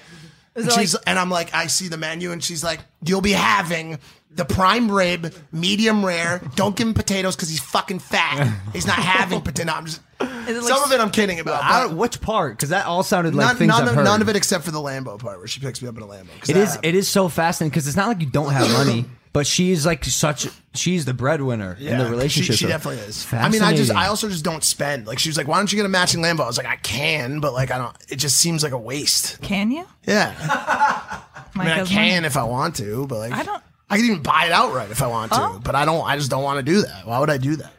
And, it she's, and I'm like, I see the menu, and she's like, "You'll be having the prime rib, medium rare. Don't give him potatoes because he's fucking fat. He's not having potato. I'm just it like- some of it I'm kidding about. I but don't, which part? Because that all sounded like none, things none I've of, heard. none of it except for the Lambo part where she picks me up in a Lambo. 'cause It that is. happened. It is so fascinating because it's not like you don't have money, but she's like such. She's the breadwinner in the Yeah, relationship. She, she So- definitely is. I mean, I just, Fascinating. I also just don't spend. Like, she was like, "Why don't you get a matching Lambo?" I was like, "I can, but like, I don't. It just seems like a waste." Can you? Yeah, I mean, Mike I has can one. if I want to, but like, I don't- I could even buy it outright if I want to, Oh. but I don't. I just don't want to do that. Why would I do that?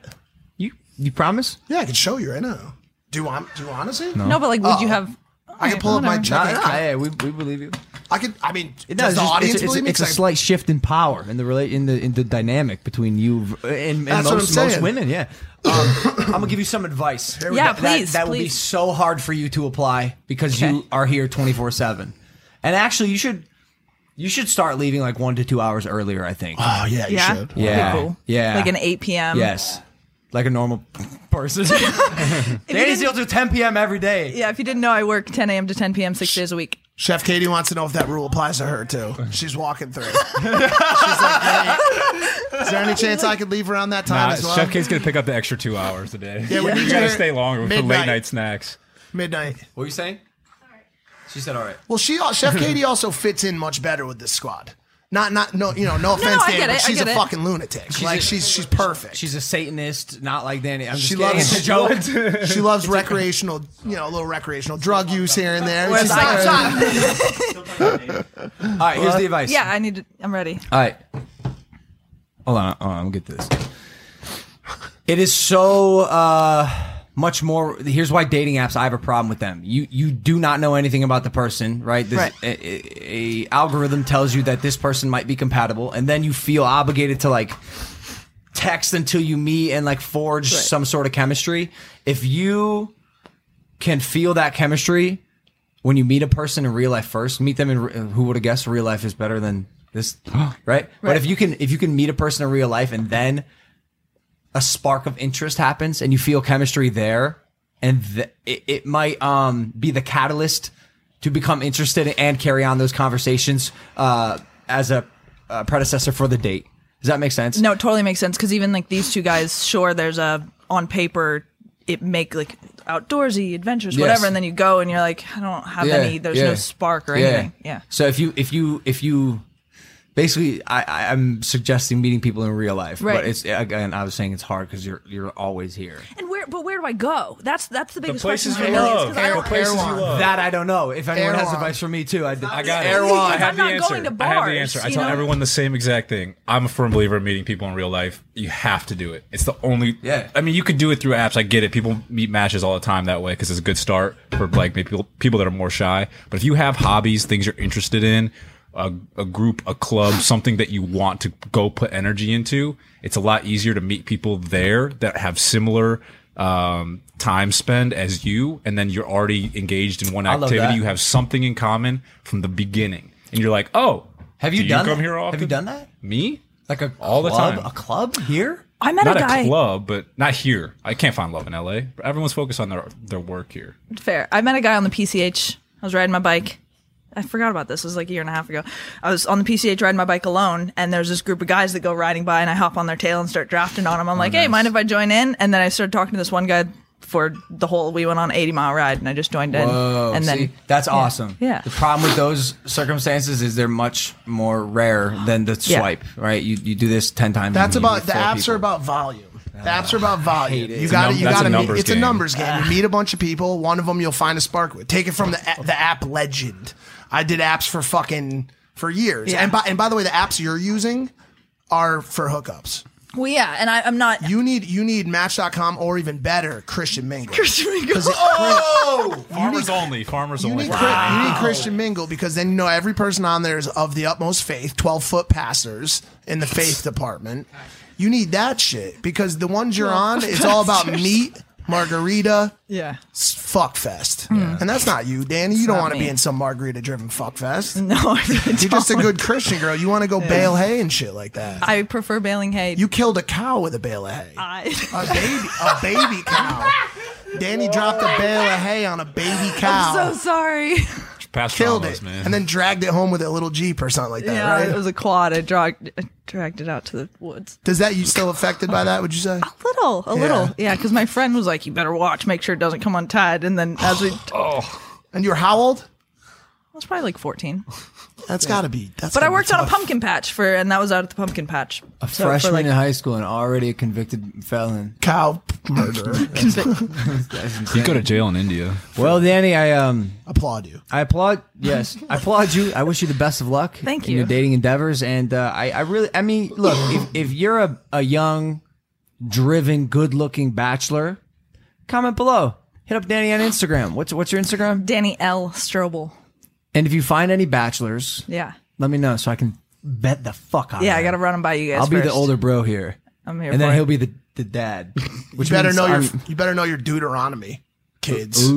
You you promise? Yeah, I can show you right now. Do you want? Do you want to see? No, but like, would you Oh. have. I can pull up my Whatever. checking account. yeah, we, we believe you. I could. I mean, It does does. It's the just- audience it's, it's, believe me? it's a 'Cause I- slight shift in power in the rela- in the in the dynamic between you v- and, and That's what most, I'm most saying. women. Yeah, um, I'm gonna give you some advice. we Yeah, go. That- please, That, will be please. so hard for you to apply because you Okay. are here 24 seven. And actually, you should you should start leaving like one to two hours earlier. I think. Um, Oh yeah, you Yeah. should. yeah. Cool. Yeah. Like an 8 p.m. yes. Like a normal person. Danny didn't- Seal do 10 p.m. every day. Yeah, if you didn't know, I work 10 a.m. to 10 p.m. six days a week. Chef Katie wants to know if that rule applies to her too. She's walking through. She's like, hey, is there any chance I could leave around that time Nah, as well? Chef K's gonna pick up the extra two hours a day. Yeah, we need you to- gotta stay longer for midnight. late night snacks. Midnight. What were you saying? She said, all right. Well, she Chef Katie also fits in much better with this squad. Not not no you know no offense, I Dan, get but it, I she's get a it. fucking lunatic. like a- she's she's perfect. She's a Satanist, not like Danny. I'm just She she kidding. It's loves- a joke. she loves recreational you know a little recreational drug use here and there. Whereas She's I not- got shot. All right, here's the advice. yeah, I need to. I'm ready. All right. Hold on. Hold on. I'm gonna get this. It is so uh, much more. Here's why dating apps. I have a problem with them. You you do not know anything about the person, right? This, Right. A, a- a algorithm tells you that this person might be compatible, and then you feel obligated to like text until you meet and like forge Right. some sort of chemistry. If you can feel that chemistry when you meet a person in real life first, meet them in re- who would have guessed real life is better than this, right? But if you can if you can meet a person in real life and then a spark of interest happens and you feel chemistry there, and th- it, it might um, be the catalyst to become interested and carry on those conversations uh, as a uh, predecessor for the date. Does that make sense? No, it totally makes sense because even like these two guys, sure, there's a on paper it make like outdoorsy adventures, Yes. whatever, and then you go and you're like, I don't have Yeah, any. There's yeah. no spark or anything. Yeah. So if you if you if you basically I- I I'm suggesting meeting people in real life, Right. but it's again I was saying it's hard because you're you're always here. And where? But where do I go? That's that's the biggest places question. you I know, love. is 'cause I don't- Air- Erewhon. Uh, That I don't know. If anyone has Erewhon. advice for me too, I'd, I got it. Erewhon. I I'm have the not answer. going to I have bars, the answer. I you tell know? everyone the same exact thing. I'm a firm believer in meeting people in real life. You have to do it. It's the only. Yeah. I mean, you could do it through apps. I get it. People meet matches all the time that way because it's a good start for like maybe people, people that are more shy. But if you have hobbies, things you're interested in, a, a group, a club, something that you want to go put energy into, it's a lot easier to meet people there that have similar um time spend as you and then you're already engaged in one love activity that. you have something in common from the beginning, and you're like, oh, Have you do done You come that? here often? Have you done that? Me? like a all the club- time. a club here. I met not a a, guy. club, but not here. I can't find love in L.A. Everyone's focused on their their work here. fair. I met a guy on the PCH. I was riding my bike. I forgot about this. It was like a year and a half ago. I was on the PCH riding my bike alone, and there's this group of guys that go riding by, and I hop on their tail and start drafting on them. Oh, I'm like, hey, mind if I join in? And then I started talking to this one guy for the whole. We went on an 80 mile ride, and I just joined in. And Oh, See, then that's awesome. Yeah. The problem with those circumstances is they're much more rare than the Yeah. swipe. Right. You you do this ten times. That's and you about meet the four apps people. are about volume. The apps are about volume. You It's got a to You num- that's got a to numbers It's a game. numbers game. You meet a bunch of people. One of them you'll find a spark with. Take it from the a- the app legend. I did apps for fucking for years. Yeah. And by and by the way, the apps you're using are for hookups. well, yeah, and I, I'm not. You need you need Match.com or even better Christian Mingle. Oh, Farmers only. Farmers You only. need, Chri- you need Christian Mingle because then you know every person on there is of the utmost faith, 12 foot passers in the faith department. You need that shit because the ones you're on, it's all about meat, margarita, yeah. Hmm. s- fuck fest. And that's not you, Danny. You don't not want to be me. Mm. in some margarita driven fuck fest. No, I really You're don't. just a good Christian girl. You want to go bale hay and shit like that. I prefer baling hay. you killed a cow with a bale of hay. I, a baby, a baby cow. Danny dropped a bale of hay on a baby cow I'm so sorry. Past killed traumas, it man. and then dragged it home with a little jeep or something like that, Yeah, right? it was a quad. I dragged, I dragged it out to the woods. Does that you still affected by that? Would you say? little, a Yeah. little, yeah. Because my friend was like, "You better watch, make sure it doesn't come untied." And then as we, I And you were how old? was probably like fourteen, That's got to be. That's but I gotta be worked on a tough. pumpkin patch for, and that was out at the pumpkin patch. a So for, freshman like, in high school and already a convicted felon. cow murderer. you go to jail in India. Well, Danny, I um Applaud you. I applaud. Yes, I applaud you. I wish you the best of luck. Thank In your you. dating endeavors, and uh, I, I really, I mean, look, if, if you're a, a young, driven, good-looking bachelor, comment below. Hit up Danny on Instagram. What's what's your Instagram? Danny L. Strobel. And if you find any bachelors, Yeah. let me know so I can bet the fuck out. Yeah, of I them. gotta run them by you guys. I'll be the first. older bro here. I'm here and then for it. he'll be the, the dad. Which You better means know your I'm- you better know your Deuteronomy kids.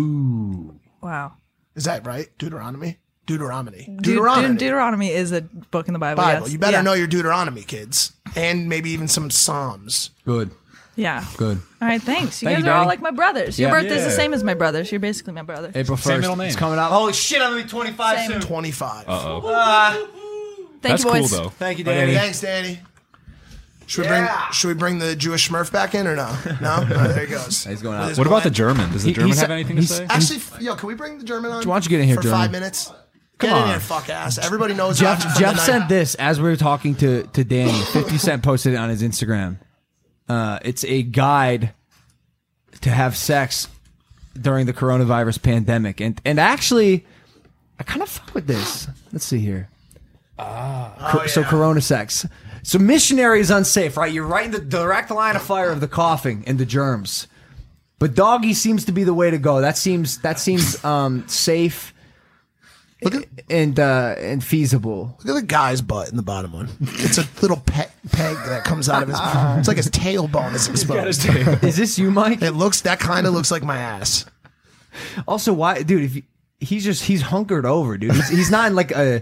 Wow. Is that right? Deuteronomy? Deuteronomy. Deut- Deuteronomy. Deut- Deuteronomy is a book in the Bible. Bible. yes. You better Yeah. know your Deuteronomy kids. And maybe even some Psalms. good. Yeah. Good. All right. Thanks. You Thank guys you, are all Danny. like my brothers. Your Yeah. birthday's the Yeah. same as my brothers. You're basically my brother. April Same 1st. middle name. It's coming up. Holy shit, I'm going to be 25 Same. soon. Twenty five. Thank That's you, cool boys. though. Thank you, Danny. Thanks, Danny. Should we bring should we bring the Jewish Smurf back in or no? No? All right, there he goes. He's going out. With his What about the wine. German? Does the He- German he's- have anything to he's- say? Actually, f- yo, can we bring the German on? Why don't you get in here, for German? five minutes? Come get in on. here, fuck ass. Everybody knows Jeff, how to Jeff defend the sent night. this as we were talking to, to Danny. 50 Cent posted it on his Instagram. Uh, it's a guide to have sex during the coronavirus pandemic. And, and actually, I kind of fuck with this. Let's see here. Ah, So, corona sex. So, missionary is unsafe, right? You're right in the direct line of fire of the coughing and the germs. But doggy seems to be the way to go. That seems that seems um, safe and uh, and feasible. Look at the guy's butt in the bottom one. It's a little pe- peg that comes out of his. It's like his tailbone is exposed. Is this you, Mike? It looks that kind of looks like my ass. Also, why, dude? If you, he's just he's hunkered over, dude. He's, he's not in like a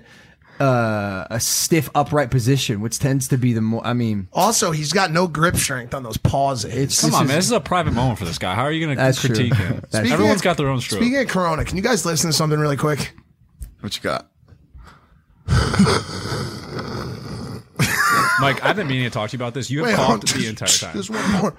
uh, a stiff upright position, which tends to be the more. I mean, Also, he's got no grip strength on those paws. of his. it's Come this on, is- man. This is a private moment for this guy. How are you going to That's true. critique him? That's Speaking Everyone's of- got their own stroke. Speaking of Corona, can you guys listen to something really quick? What you got? Mike, I've been meaning to talk to you about this. You have Wait, hold coughed on. the entire time. There's one more.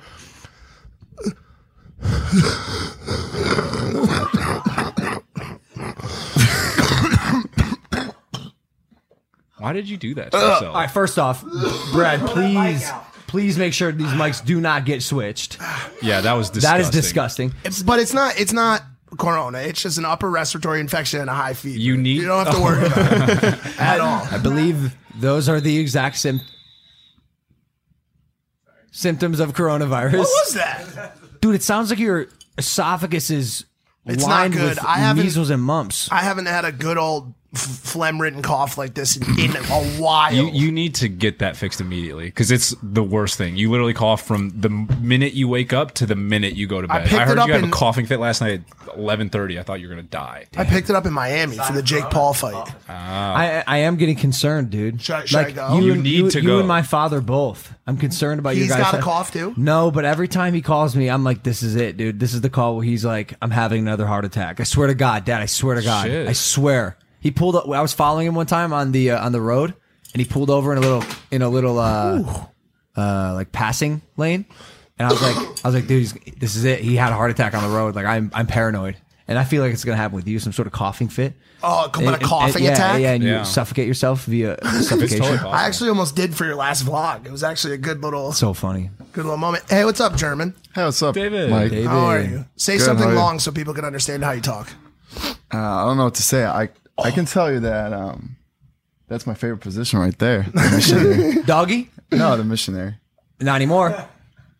Why did you do that to yourself? All right, first off, Brad, please, please make sure these mics do not get switched. yeah, that was disgusting. That is disgusting. It's- but it's not. It's not Corona. It's just an upper respiratory infection and a high fever. You need- You don't have to worry about it at all. I believe those are the exact sym- symptoms of coronavirus. What was that? Dude, it sounds like your esophagus is It's not lined good. with I haven't- measles and mumps. I haven't had a good old phlegm ridden cough like this in, in a while. You, you need to get that fixed immediately because it's the worst thing. You literally cough from the minute you wake up to the minute you go to I bed. picked I, it heard up you had in- a coughing fit last night at eleven thirty. I thought you were gonna die. I picked it up in Miami for the Jake Paul fight. I, I am getting concerned, dude. Should I- should I go? You, You and, need you, to you go. and my father both. I'm concerned about He's you guys. got a cough, too? No, but every time he calls me, I'm like, "This is it, dude. This is the call where he's like, I'm having another heart attack. I swear to God, Dad. I swear to God. Shit. I swear." He pulled up. I was following him one time on the uh, on the road, and he pulled over in a little in a little uh, uh like passing lane, and I was like, I was like, dude, he's, this is it. He had a heart attack on the road. Like I'm I'm paranoid, and I feel like it's gonna happen with you. Some sort of coughing fit. Oh, come on, a And- and- coughing yeah, attack? Yeah, and Yeah. you suffocate yourself via It's totally suffocation. possible. I actually almost did for your last vlog. It was actually a good little, so funny. good little moment. Hey, what's up, German? Hey, what's up, David. Mike? David. How are you? Say Good, how something are you? long so people can understand how you talk. Uh, I don't know what to say. I I can tell you that um, that's my favorite position right there. The missionary. Doggy? no, the missionary. Not anymore.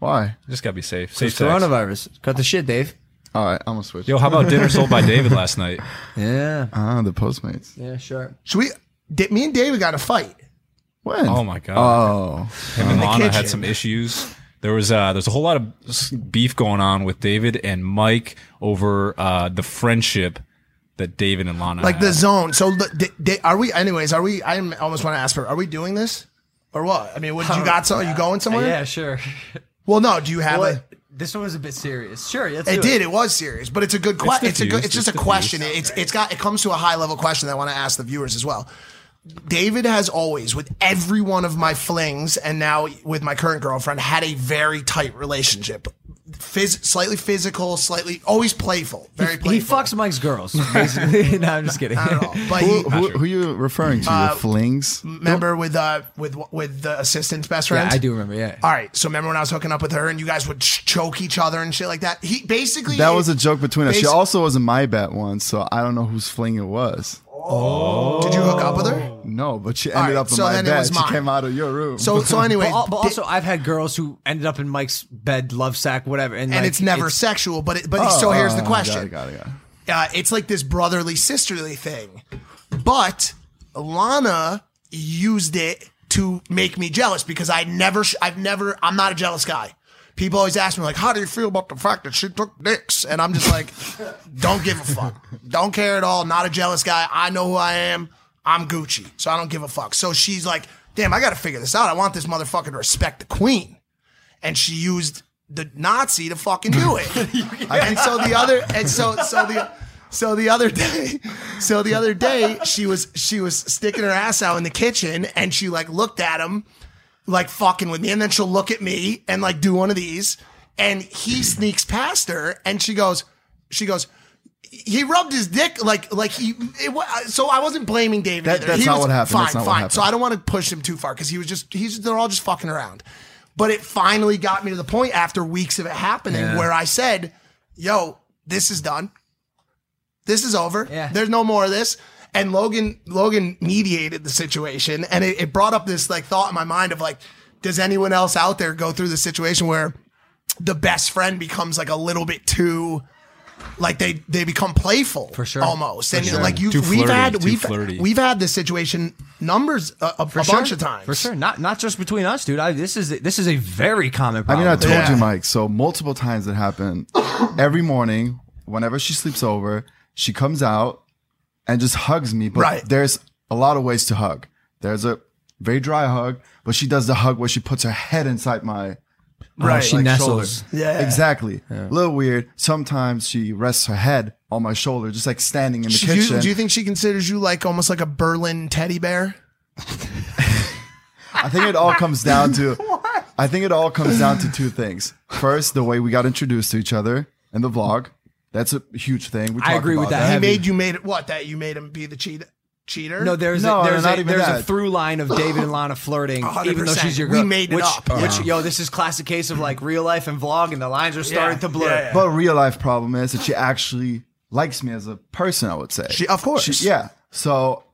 Why? Just gotta be safe. Safe It's sex. coronavirus. Cut the shit, Dave. All right, I'm gonna switch. Yo, how about dinner sold by David last night? Yeah. Ah, the Postmates. Yeah, sure. Should we? Di- me and David got in a fight. When? Oh my god. Oh, Him and Lana kitchen. had some issues. There was uh, there's a whole lot of s- beef going on with David and Mike over uh, the friendship that David and Lana Like had. the zone. So look, di- di- are we? Anyways, are we? I am- almost want to ask her. Are we doing this or what? I mean, what you got? So are you going somewhere? Yeah, sure. Well, no. Do you have a? This one was a bit serious. Sure, let's It do did. It was serious, but it's a good question. It's, a good. diffused. It's just It's a question. It's it's got. It comes to a high level question that I want to ask the viewers as well. David has always, with every one of my flings, and now with my current girlfriend, had a very tight relationship. Phys- slightly physical, slightly always playful. Very playful. He fucks Mike's girls. Basically. no, I'm just kidding. I don't know, but who, he, who, who you referring to? Your flings? remember with uh with with the assistant's best friend. Yeah, I do remember. Yeah. All right. So remember when I was hooking up with her and you guys would ch- choke each other and shit like that? He basically That was a joke between us. She Basi- also was in my bet once, so I don't know whose fling it was. Did you hook up with her? No, but she right, ended up in so my then it bed. was She mine. came out of your room. So so anyway, But, al- but also, I've had girls who ended up in Mike's bed, love sack, whatever, and, and like, it's never sexual. But it, but so here's the Oh, question: Got it, got it, got it. uh, It's like this brotherly sisterly thing. But Lana used it to make me jealous because I never, sh- I've never, I'm not a jealous guy. People always ask me like, "How do you feel about the fact that she took dicks?" And I'm just like, "Don't give a fuck. Don't care at all. Not a jealous guy. I know who I am. I'm Gucci, so I don't give a fuck." So she's like, "Damn, I got to figure this out. I want this motherfucker to respect the queen." and she used the Nazi to fucking do it. Uh, And so the other, and so so the. So the other day, so the other day, she was she was sticking her ass out in the kitchen, and she like looked at him, like fucking with me, and then she'll look at me and like do one of these, and he sneaks past her, and she goes, she goes, he rubbed his dick like like he, it, wa- so I wasn't blaming David. That- either. that's He not was- what happened. Fine, That's not what fine. happened. So I don't want to push him too far because he was just he's they're all just fucking around. But it finally got me to the point after weeks of it happening where I said, "Yo, this is done. This is over. Yeah. There's no more of this." And Logan Logan mediated the situation, and it, it brought up this like thought in my mind of like, does anyone else out there go through the situation where the best friend becomes like a little bit too like they they become playful for sure. almost and like you Too we've flirty, had too we've flirty. we've had this situation numbers uh, a, a, a sure. bunch of times For sure, not not just between us, dude. I, this is this is a very common I problem. mean, I told Yeah. you, Mike. So multiple times it happened. Every morning, whenever she sleeps over, she comes out and just hugs me. But Right. there's a lot of ways to hug. There's a very dry hug, but she does the hug where she puts her head inside my right Oh, she like, nestles. shoulder. Yeah, exactly. A little weird. Sometimes she rests her head on my shoulder, just like standing in the She- do, kitchen. you, do you think she considers you like almost like a Berlin teddy bear I think it all comes down to I think it all comes down to two things. First, the way we got introduced to each other in the vlog. That's a huge thing. We I talked agree with about that. he Heavy. made you made it what that you made him be the cheat cheater No, there's No, a, there's, not a, even there's a that. through line of David and Lana flirting, even though 100%. she's your We girl. made it which, up. Which yo, this is classic case of like real life and vlog, and the lines are starting to blur. yeah, But real life problem is that she actually likes me as a person, I would say. She- of course. She- yeah. So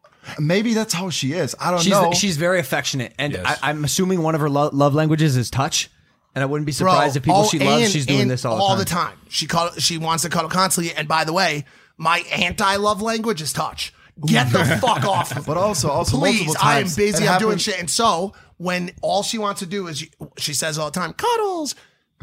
maybe that's how she is. I don't She's know. she's very affectionate, and Yes. I, I'm assuming one of her lo- love languages is touch. And I wouldn't be surprised if people oh, she loves, and- she's doing and this all, the time. She call, she wants to cuddle constantly. And by the way, my anti love language is touch. Get the fuck off. of But me. also- also please, multiple I am times. busy. I'm doing It happened- shit. And so when all she wants to do is, she says all the time, cuddles.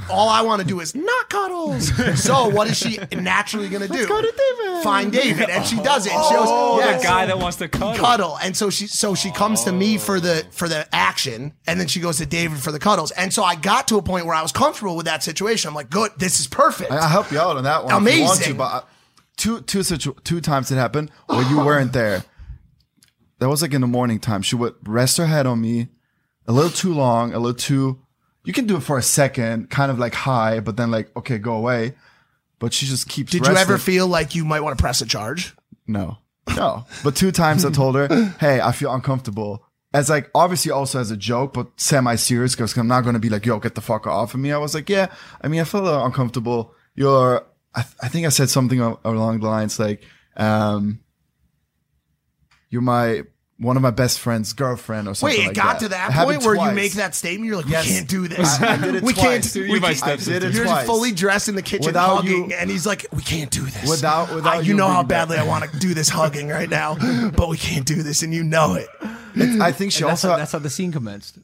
All I want to do is not cuddles. so what is she naturally going to do? go to David. Find David, and she does it. She goes, Oh, yes the guy that wants to cuddle. cuddle and so she so she comes to me for the for the action and then she goes to david for the cuddles and so i got to a point where i was comfortable with that situation i'm like good this is perfect I, I help you out on that one. if you want to, Amazing. but uh, I- two two situ- two times it happened where you weren't there. That was like in the morning time. She would rest her head on me a little too long, a little too. You can do it for a second, kind of like hi, but then like okay, go away. But she just keeps. did you ever resting. feel like you might want to press a charge No, no. But two times I told her, "Hey, I feel uncomfortable." As like obviously also as a joke, but semi serious because I'm not gonna be like, "Yo, get the fuck off of me." I was like, "Yeah, I mean, I feel a little uncomfortable." You're, I, th- I think I said something a- along the lines like, um, "You're my one of my best friend's girlfriend" or something. wait it like got that. to that happened point where you twice. make that statement you're like Yes. we can't do this I- I did it we twice. can't Dude, we you can't- stepped into it you're twice. fully dressed in the kitchen Without you- hugging and he's like we can't do this Without- without I- you you know how bringing that- badly i want to do this hugging right now but we can't do this and you know it I think she And that's, also how, that's how the scene commenced.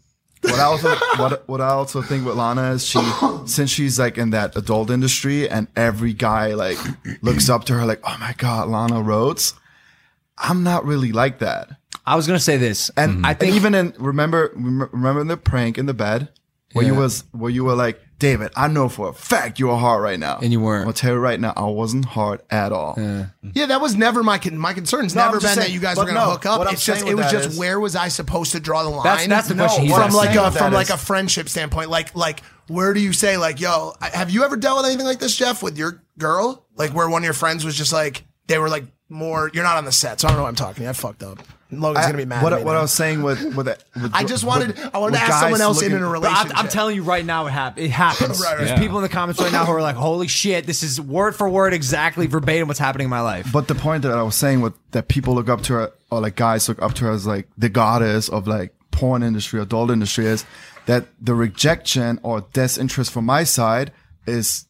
what I also what, what I also think with Lana is she since she's like in that adult industry and every guy like looks up to her like oh my god Lana Rhodes, I'm not really like that. I was gonna say this, and I And think even in remember rem- remember the prank in the bed where you was where you were like David, I know for a fact you are hard right now, And you weren't. I'll tell you right now, I wasn't hard at all. Yeah, that was never my con- my concerns. No, I'm never been just that saying- you guys were but gonna no, hook up. what I'm It's just saying it with was that just is- where was I supposed to draw the line? That's- that's the question he's what I'm from like saying a with from that like is- a friendship standpoint. Like like where do you say like yo? I- Have you ever dealt with anything like this, Jeff, with your girl? Like where one of your friends was just like they were like more. You're not on the set, so I don't know what I'm talking. I fucked up. Logan's gonna be mad. what, at me what now. I was saying with with, that- with I just wanted with- I wanted to ask with guys someone else in looking- in a But relationship. I'm, I'm telling you right now, it, hap- it happens. Right, right. There's Yeah. people in the comments right now who are like, "Holy shit, this is word for word, exactly verbatim what's happening in my life." But the point that I was saying with that people look up to her or like guys look up to her as like the goddess of like porn industry, adult industry is that the rejection or disinterest from my side is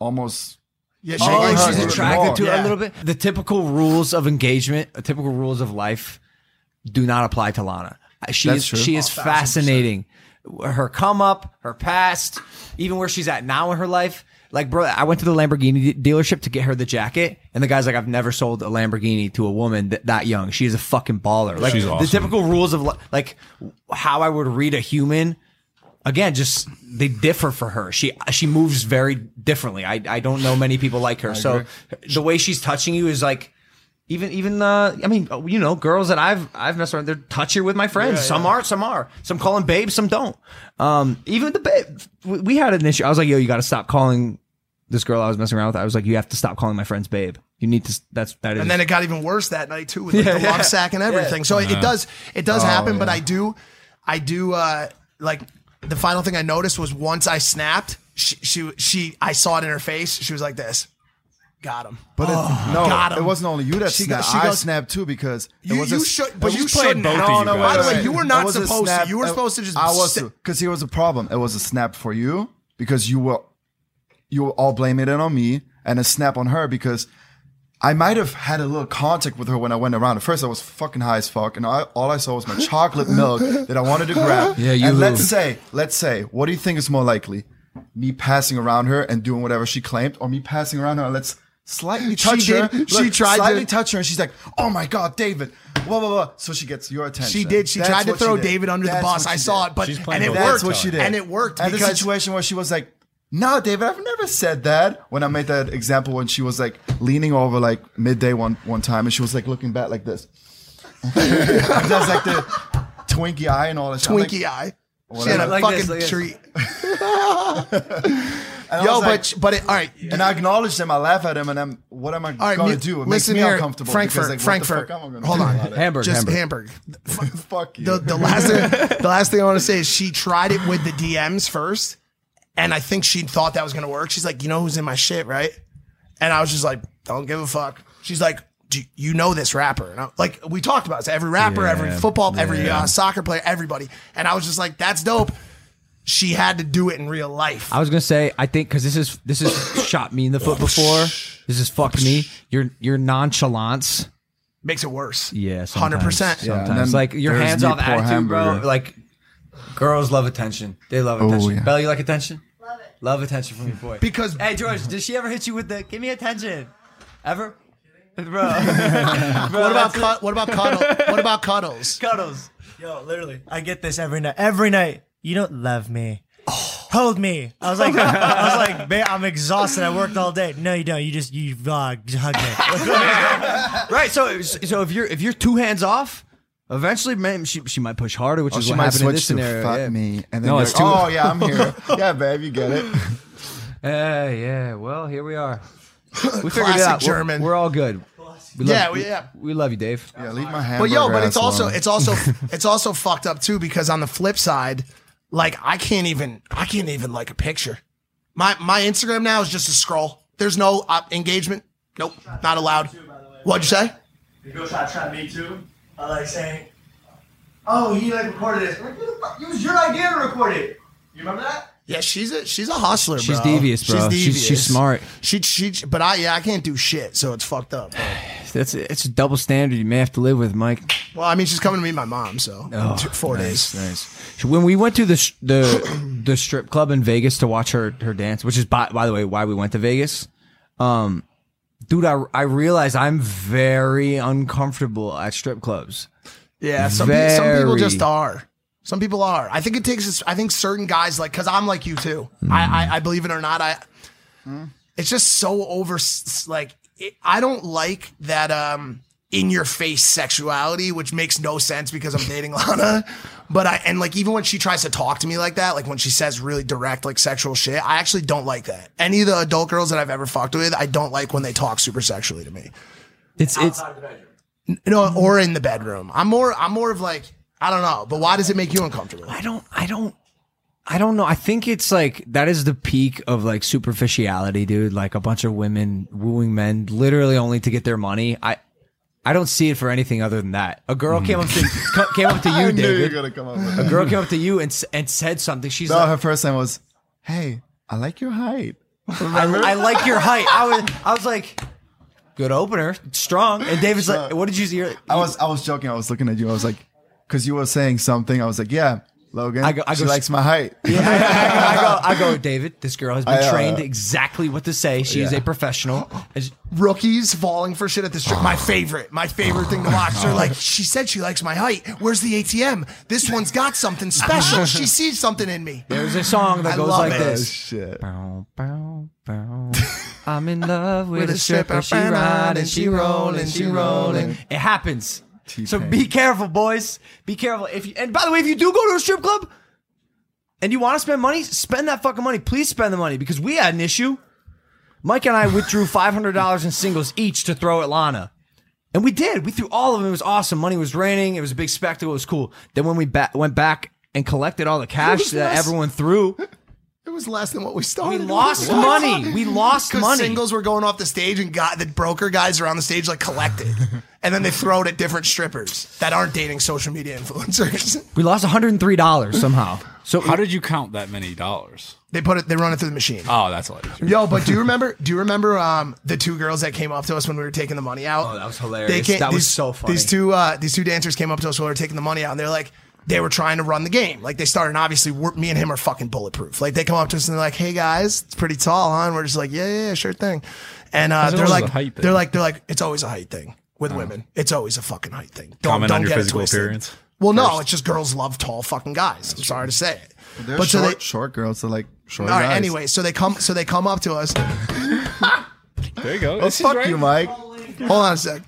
almost Yeah, She shake Oh, like legs she's her more. attracted to Yeah. it a little bit. The typical rules of engagement, uh, typical rules of life, do not apply to Lana. Uh, She That's is true. she is fascinating. Her come up, her past, even where she's at now in her life. Like, bro, I went to the Lamborghini de- dealership to get her the jacket, and the guy's like, "I've never sold a Lamborghini to a woman th- that young. She is a fucking baller." Like She's the awesome. typical rules of li- like w- how I would read a human again just they differ for her she she moves very differently i i don't know many people like her so the way she's touching you is like even even uh i mean you know girls that i've i've messed around they're touchy with my friends some are some are some call them babes some don't um even the babe we- we had an issue i was like yo you gotta stop calling this girl i was messing around with i was like you have to stop calling my friends babe you need to s- that's that is And then it got even worse that night too with like, the love sack and everything. So it, it does it Oh, does happen, but I do I do uh like the final thing I noticed was once I snapped, she she, she I saw it in her face. She was like this. Got him. But it, no, Oh, got it him. wasn't only you that She got- snapped. she I goes- snapped too because Oh, You- it was you a, should- it but was you playing shouldn't both have. of No, you no, guys. by the way, you were not It was a supposed to. You were supposed to just I was sit- because here was a problem. It was a snap for you because you were you were all blaming it on me, and a snap on her because. I might have had a little contact with her when I went around. At first, I was fucking high as fuck, and I, all I saw was my chocolate milk that I wanted to grab. Yeah, you- And let's say, let's say, what do you think is more likely? Me passing around her and doing whatever she claimed, or me passing around her and let's slightly She touch her. did. She tried to- slightly touch her, and she's like, "Oh my god, David!" Blah blah blah. So she gets your attention. She did. She That's tried to what she throw did. David under That's the bus. what I she saw did. it, but She's playing and it both That's worked. what she did. And it worked And the because situation where she was like, no, David, I've never said that. When I made that example, when she was like leaning over like midday one, one time and she was like looking back like this. That's like the Twinkie eye and all that shit. I'm like- Twinkie eye. She had a Like fucking this, like this. treat. and I Yo, was like- but but it, all right. and I acknowledge him. I laugh at him, and I'm. What am I All right, going mu- to do? It makes listen me here, uncomfortable. Frankfurt, because, like, what the Frankfurt. fuck am I gonna Hold do on. about it? Hamburg, just Hamburg. Hamburg. Fuck you. The, the last thing, the last thing I want to say is she tried it with the DMs first, and I think she thought that was gonna work. She's like, you know who's in my shit, right? And I was just like, don't give a fuck. She's like, do you know this rapper? And I, like we talked about this, every rapper, every football, every uh, soccer player, everybody. And I was just like, that's dope. She had to do it in real life. I was gonna say, I think because this is this is shot me in the foot before. This is fucked me. Your your nonchalance, Makes it worse. yeah, hundred percent. Yeah, and Sometimes then like your there's hands me off poor attitude, hamburger. Oh, bro. Like girls love attention. They love attention. yeah. Belle, you like attention? Love it. Love attention from your boy. Because- hey George, did she ever hit you with the give me attention? Ever? Bro, what What about cud- what about cuddle? What about cuddles? cuddles. Yo, literally, I get this every night. Every night, you don't love me. Hold me. I was like, I was like, man, I'm exhausted. I worked all day. No, you don't. You just you uh, just hug me. right? So so if you're if you're two hands off, eventually, man, she she might push harder, which Oh, is she what might happened in switch this to scenario. fuck yeah. me, and then No, you're it's like, too- oh yeah, I'm here. yeah, babe, you get it. Yeah, yeah. Well, here we are. We figured Classic it out. We're- German. We're, all good. We Yeah, love, we- yeah. We, we love you, Dave. Yeah, leave my hand. But yo, but it's also it's also it's also fucked up too because on the flip side, like I can't even I can't even like a picture. My my Instagram now is just a scroll. There's no uh, engagement. Nope, not allowed. What'd you say? The girl tried to try me too. I like saying, "Oh, he like recorded this." I'm like, "What the fuck? It was your idea to record it. You remember that? Yeah, she's a she's a hustler. She's bro. devious, bro. She's- she's smart. She she. But I yeah I can't do shit, so it's fucked up. bro. That's it's a double standard you may have to live with, Mike. Well, I mean she's coming to meet my mom, so in two- four days. Oh, Nice. When we went to the sh- the the strip club in Vegas to watch her her dance, which is by by the way why we went to Vegas, um, dude, I I realized I'm very uncomfortable at strip clubs. Yeah, some pe- some people Very. just are. Some people are. I think it takes. I think certain guys like because I'm like you too. Mm. I, I I believe it or not. I. It's just so over. s- Like it, I don't like that. Um, in your face sexuality, which makes no sense because I'm dating Lana. But I and like even when she tries to talk to me like that, like when she says really direct like sexual shit, I actually don't like that. Any of the adult girls that I've ever fucked with, I don't like when they talk super sexually to me. It's it's No, or in the bedroom. I'm more. I'm more of like I don't know. But why does it make you uncomfortable? I don't I don't I don't know. I think it's like that is the peak of like superficiality, dude. Like a bunch of women wooing men literally only to get their money. I I don't see it for anything other than that. A girl came up to co- came up to you, Mm. I knew you were David. gonna come up with A that. girl came up to you and s- and said something. She's No, like, her first name was, "Hey, I like your height." I, I like your height. I was, I was like, good opener, strong. And David's like, what did you see? You're- I was I was joking. I was looking at you. I was like, because you were saying something. I was like, yeah, Logan. I go- I she go- likes my height. I, go, I go, I go, David. This girl has been I, uh, trained exactly what to say. She is yeah. a professional. As- Rookies falling for shit at this. Tri- my favorite, my favorite thing to watch. They're like, she said she likes my height. Where's the ATM? This one's got something special. She sees something in me. There's a song that I goes love like it. Oh, this. shit. Bow, bow, bow. I'm in love with, With a a stripper. stripper, She riding, she rolling, she rolling. It happens. So be careful, boys. Be careful. If you, and by the way, if you do go to a strip club and you want to spend money, spend that fucking money. Please spend the money because we had an issue. Mike and I withdrew five hundred dollars in singles each to throw at Lana. And we did. We threw all of them. It was awesome. Money was raining. It was a big spectacle. It was cool. Then when we ba- went back and collected all the cash was that less- everyone threw, It was less than what we started. we lost What? money. We lost Because money. singles were going off the stage and got the broker guys around the stage like collected. and then they throw it at different strippers that aren't dating social media influencers. We lost one hundred and three dollars somehow. So How did you count that many dollars? they put it they run it through the machine. Oh, that's all. I Yo, but do you remember do you remember um the two girls that came up to us when we were taking the money out? Oh, that was hilarious. That was so funny. These two uh these two dancers came up to us when we were taking the money out and they're like they were trying to run the game. Like they started, and obviously, we're, me and him are fucking bulletproof. Like they come up to us and they're like, "Hey guys, it's pretty tall, huh?" And we're just like, "Yeah, yeah, yeah, sure thing." And uh, they're always like, a height thing. "They're like, they're like, it's always a height thing with Uh-huh. women. It's always a fucking height thing." Don't, Comment don't on your get it physical twisted. appearance Well, no, it's just girls love tall fucking guys. I'm sorry to say it, They're but so short, they, short girls. They're like short all right. guys. Anyway, so they come, so they come up to us. There you go. Oh, fuck you, Mike. Hold on a sec.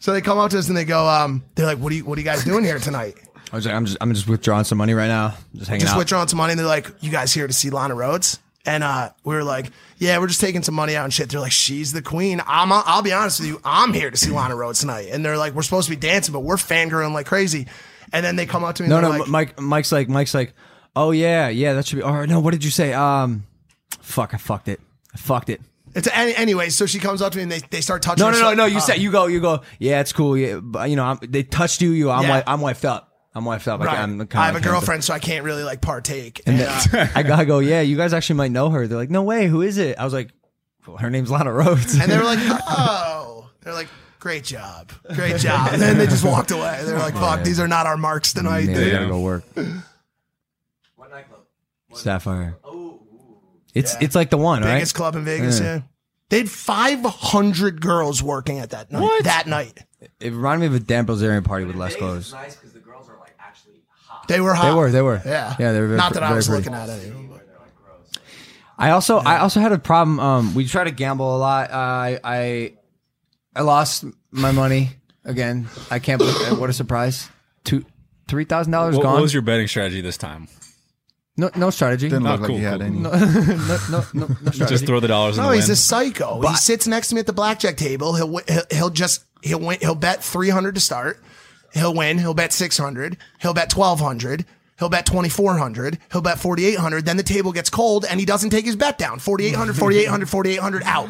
So they come up to us and they go, um, they're like, "What are you, what are you guys doing here tonight?" I was like, I'm just, I'm just withdrawing some money right now. Just hanging Just out. withdrawing some money. And they're like, "You guys here to see Lana Rhodes?" And uh, we were like, "Yeah, we're just taking some money out and shit." They're like, "She's the queen." I'm, I'll be honest with you, I'm here to see Lana Rhodes tonight. And they're like, "We're supposed to be dancing, but we're fangirling like crazy." And then they come up to me. no, and no, they're like, M- Mike. Mike's like, Mike's like, oh yeah, yeah, that should be. All right, no, what did you say? Um, fuck, I fucked it. I fucked it. It's any, anyway. So she comes up to me and they, they start touching. No, her no, no, so- no. You uh, said you go, you go. Yeah, it's cool. Yeah, but, you know, I'm, they touched you. You, I'm Yeah. like, I'm wiped up. I'm wiped up. I Right. can't- I'm i kinda- have a can't do- girlfriend, so I can't really like partake. And And, uh, then- I gotta go. Yeah, you guys actually might know her. They're like, no way. Who is it? I was like, well, her name's Lana Rhodes. and they were like, "Oh," they're like, "Great job, great job." And then they just walked away. They're like, "Fuck, these are not our marks tonight." Yeah, dude." we gotta go work. Sapphire. It's it's like the one, right? Biggest club in Vegas. Yeah. They had 500 girls working at that night. That night. It reminded me of a Dan Bilzerian party with less clothes. They were hot. They were, they were. Yeah. yeah, they were. Very, Not that I very was pretty. looking at it. I also I also had a problem. Um, we try to gamble a lot. Uh, I I I lost my money again. I can't believe what a surprise. Two three thousand dollars What, gone. what was your betting strategy this time? no no strategy. Didn't No, look like cool, he had cool. any. no, no, no, no Just strategy. throw the dollars in No, the he's wind. a psycho. he sits next to me at the blackjack table. He'll wi- he'll, he'll just he'll win, he'll bet 300 to start. He'll win. He'll bet 600. He'll bet 1200. He'll bet 2400. He'll bet 4800. Then the table gets cold and he doesn't take his bet down. 4800, 4800, 4800 out.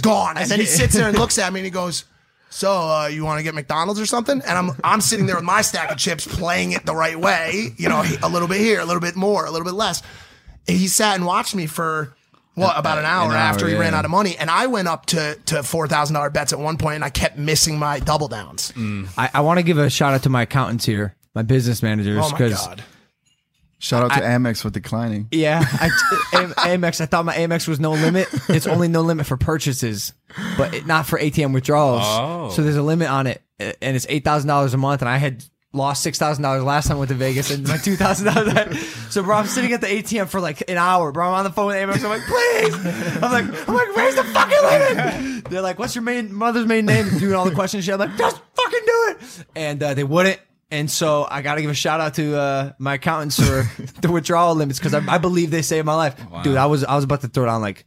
Gone. And then he sits there and looks at me and he goes, "So, uh, you want to get McDonald's or something?" And I'm I'm sitting there with my stack of chips playing it the right way, you know, a little bit here, a little bit more, a little bit less. He sat and watched me for what about an hour, hour, after he oh, yeah. ran out of money, and I went up to to four thousand dollar bets at one point, and I kept missing my double downs. Mm. I, I want to give a shout out to my accountants here, my business managers, Oh my because god! Shout out to Amex for declining. Yeah, I, A- Amex. I thought my Amex was no limit. It's only no limit for purchases, but it, not for ATM withdrawals. Oh. So there's a limit on it, a- and it's eight thousand dollars a month. And I had lost six thousand dollars last time I went to Vegas, and my two thousand dollars. So bro, I'm sitting at the ATM for like an hour. Bro, I'm on the phone with Amex. I'm like, please. I'm like, I'm like, where's the fucking limit? They're like, what's your main mother's main name? Doing all the questions. Shit. I'm like, just fucking do it. And uh, they wouldn't. And so I got to give a shout out to uh, my accountants for the withdrawal limits because I, I believe they saved my life, dude. I was I was about to throw down like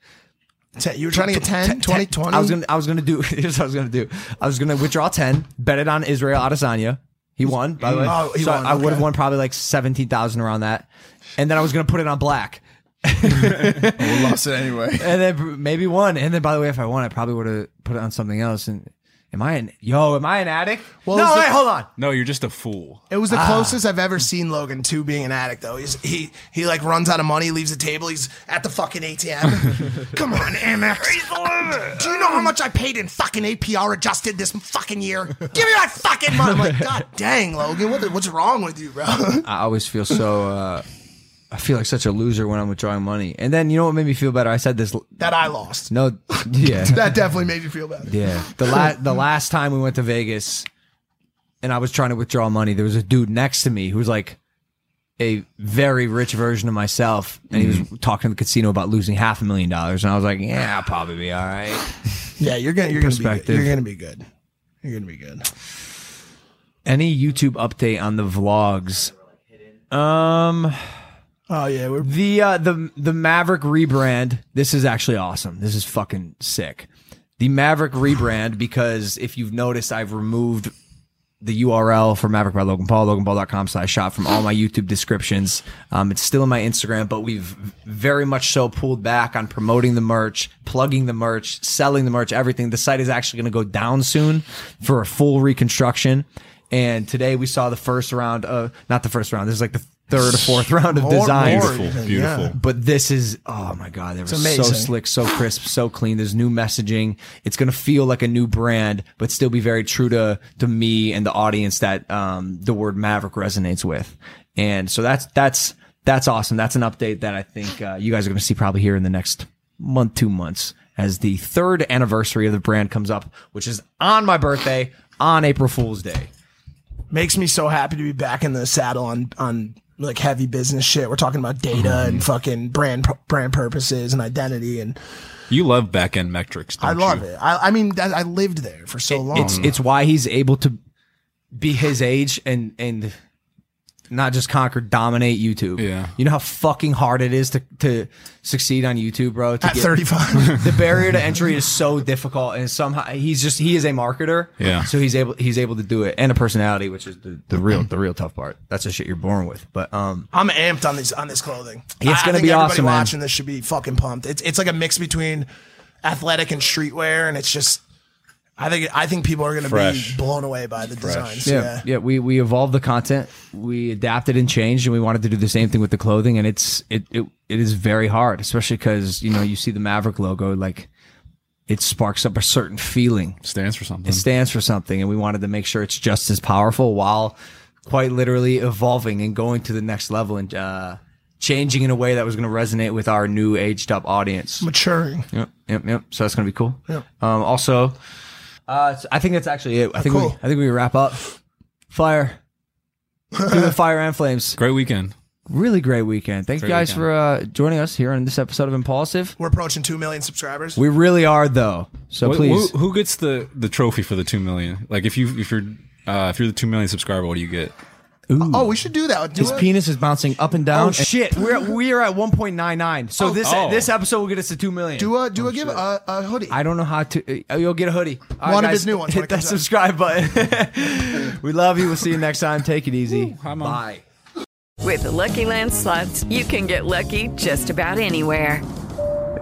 Ten, you were trying to get 10, 20, 20? I was gonna I was gonna do here's what I was gonna do. I was gonna withdraw ten, bet it on Israel Adesanya. He won by the way. Oh, he so won, I would have okay. won probably like seventeen thousand around that, and then I was gonna put it on black. We lost it anyway. and then maybe one. And then, by the way, if I won, I probably would have put it on something else. And Am I an yo? Am I an addict? Well, no, is it- wait, hold on. Ah. No, you're just a fool. It was the closest I've ever seen Logan to being an addict, though. He's, he he like runs out of money, leaves the table. He's at the fucking ATM. Come on, Amex. Do you know how much I paid in fucking APR adjusted this fucking year? Give me that fucking money. I'm like, God dang, Logan, what the, what's wrong with you, bro? I always feel so. Uh, I feel like such a loser when I'm withdrawing money. And then you know what made me feel better? I said this. l- that I lost. No, yeah. That definitely made you feel better. Yeah. The last the last time we went to Vegas and I was trying to withdraw money, there was a dude next to me who was like a very rich version of myself and he was talking to the casino about losing half a million dollars and I was like, Yeah, I'll probably be all right. Yeah, you're gonna you're gonna be good. Perspective. you're gonna be good. You're gonna be good. Any YouTube update on the vlogs? Um Oh yeah, we're The uh, the the Maverick rebrand. This is actually awesome. This is fucking sick. The Maverick rebrand because if you've noticed, I've removed the URL for Maverick by Logan Paul, loganpaul.com slash shop from all my YouTube descriptions. Um, it's still in my Instagram, but we've very much so pulled back on promoting the merch, plugging the merch, selling the merch, everything. The site is actually going to go down soon for a full reconstruction. And today we saw the first round of, not the first round, this is like the third or fourth round of More- designs. more Beautiful, even, beautiful. But this is oh my god, they were so amazing. slick, so crisp, so clean. There's new messaging. It's gonna feel like a new brand, but still be very true to to me and the audience that um the word Maverick resonates with. And so that's that's that's awesome. That's an update that I think uh, you guys are gonna see probably here in the next month, two months, as the third anniversary of the brand comes up, which is on my birthday on April Fool's Day. makes me so happy to be back in the saddle on on like heavy business shit. We're talking about data Mm-hmm. and fucking brand brand purposes and identity, and You love back end metrics. Don't I love you? it. I, I mean, that, I lived there for so long. It's it's why he's able to be his age and and not just conquer, dominate YouTube. Yeah. you know how fucking hard it is to to succeed on YouTube, bro. To at get- thirty five. the barrier to entry is so difficult, and somehow he's just he is a marketer. Yeah. so he's able he's able to do it, and a personality, which is the, the real the real tough part. That's the shit you're born with. But um, I'm amped on this on this clothing. It's I- I gonna think be everybody awesome, man. Watching this should be fucking pumped. It's it's like a mix between athletic and streetwear, and it's just. I think I think people are going to be Fresh. blown away by the designs. yeah, yeah, we we evolved the content, we adapted and changed, and we wanted to do the same thing with the clothing. And it's it it, it is very hard, especially because you know you see the Maverick logo, like it sparks up a certain feeling. Stands for something. It stands for something, and we wanted to make sure it's just as powerful while quite literally evolving and going to the next level and uh, changing in a way that was going to resonate with our new aged up audience. maturing. Yep, yep, yep. So that's gonna be cool. Um, also, uh, so I think that's actually it. I think we, cool. I think we wrap up. Fire, Do the fire and flames. Great weekend. Really great weekend. Thank you guys for uh, joining us here on this episode of Impulsive. We're approaching two million subscribers. We really are though. So Wh- please, who, who gets the the trophy for the two million? Like if you if you're uh, if you're the two million subscriber, what do you get? oh, we should do that. Do his it. penis is bouncing up and down. Oh, shit, we're at, we are at one point nine nine. So this Oh. this episode will get us to two million. Do a do a give a, a hoodie. Oh, I don't know how to. Uh, you'll get a hoodie. All One of his new ones when Hit it that comes out. subscribe button. we love you. We'll see you next time. Take it easy. Bye. With the Lucky Land slots, you can get lucky just about anywhere.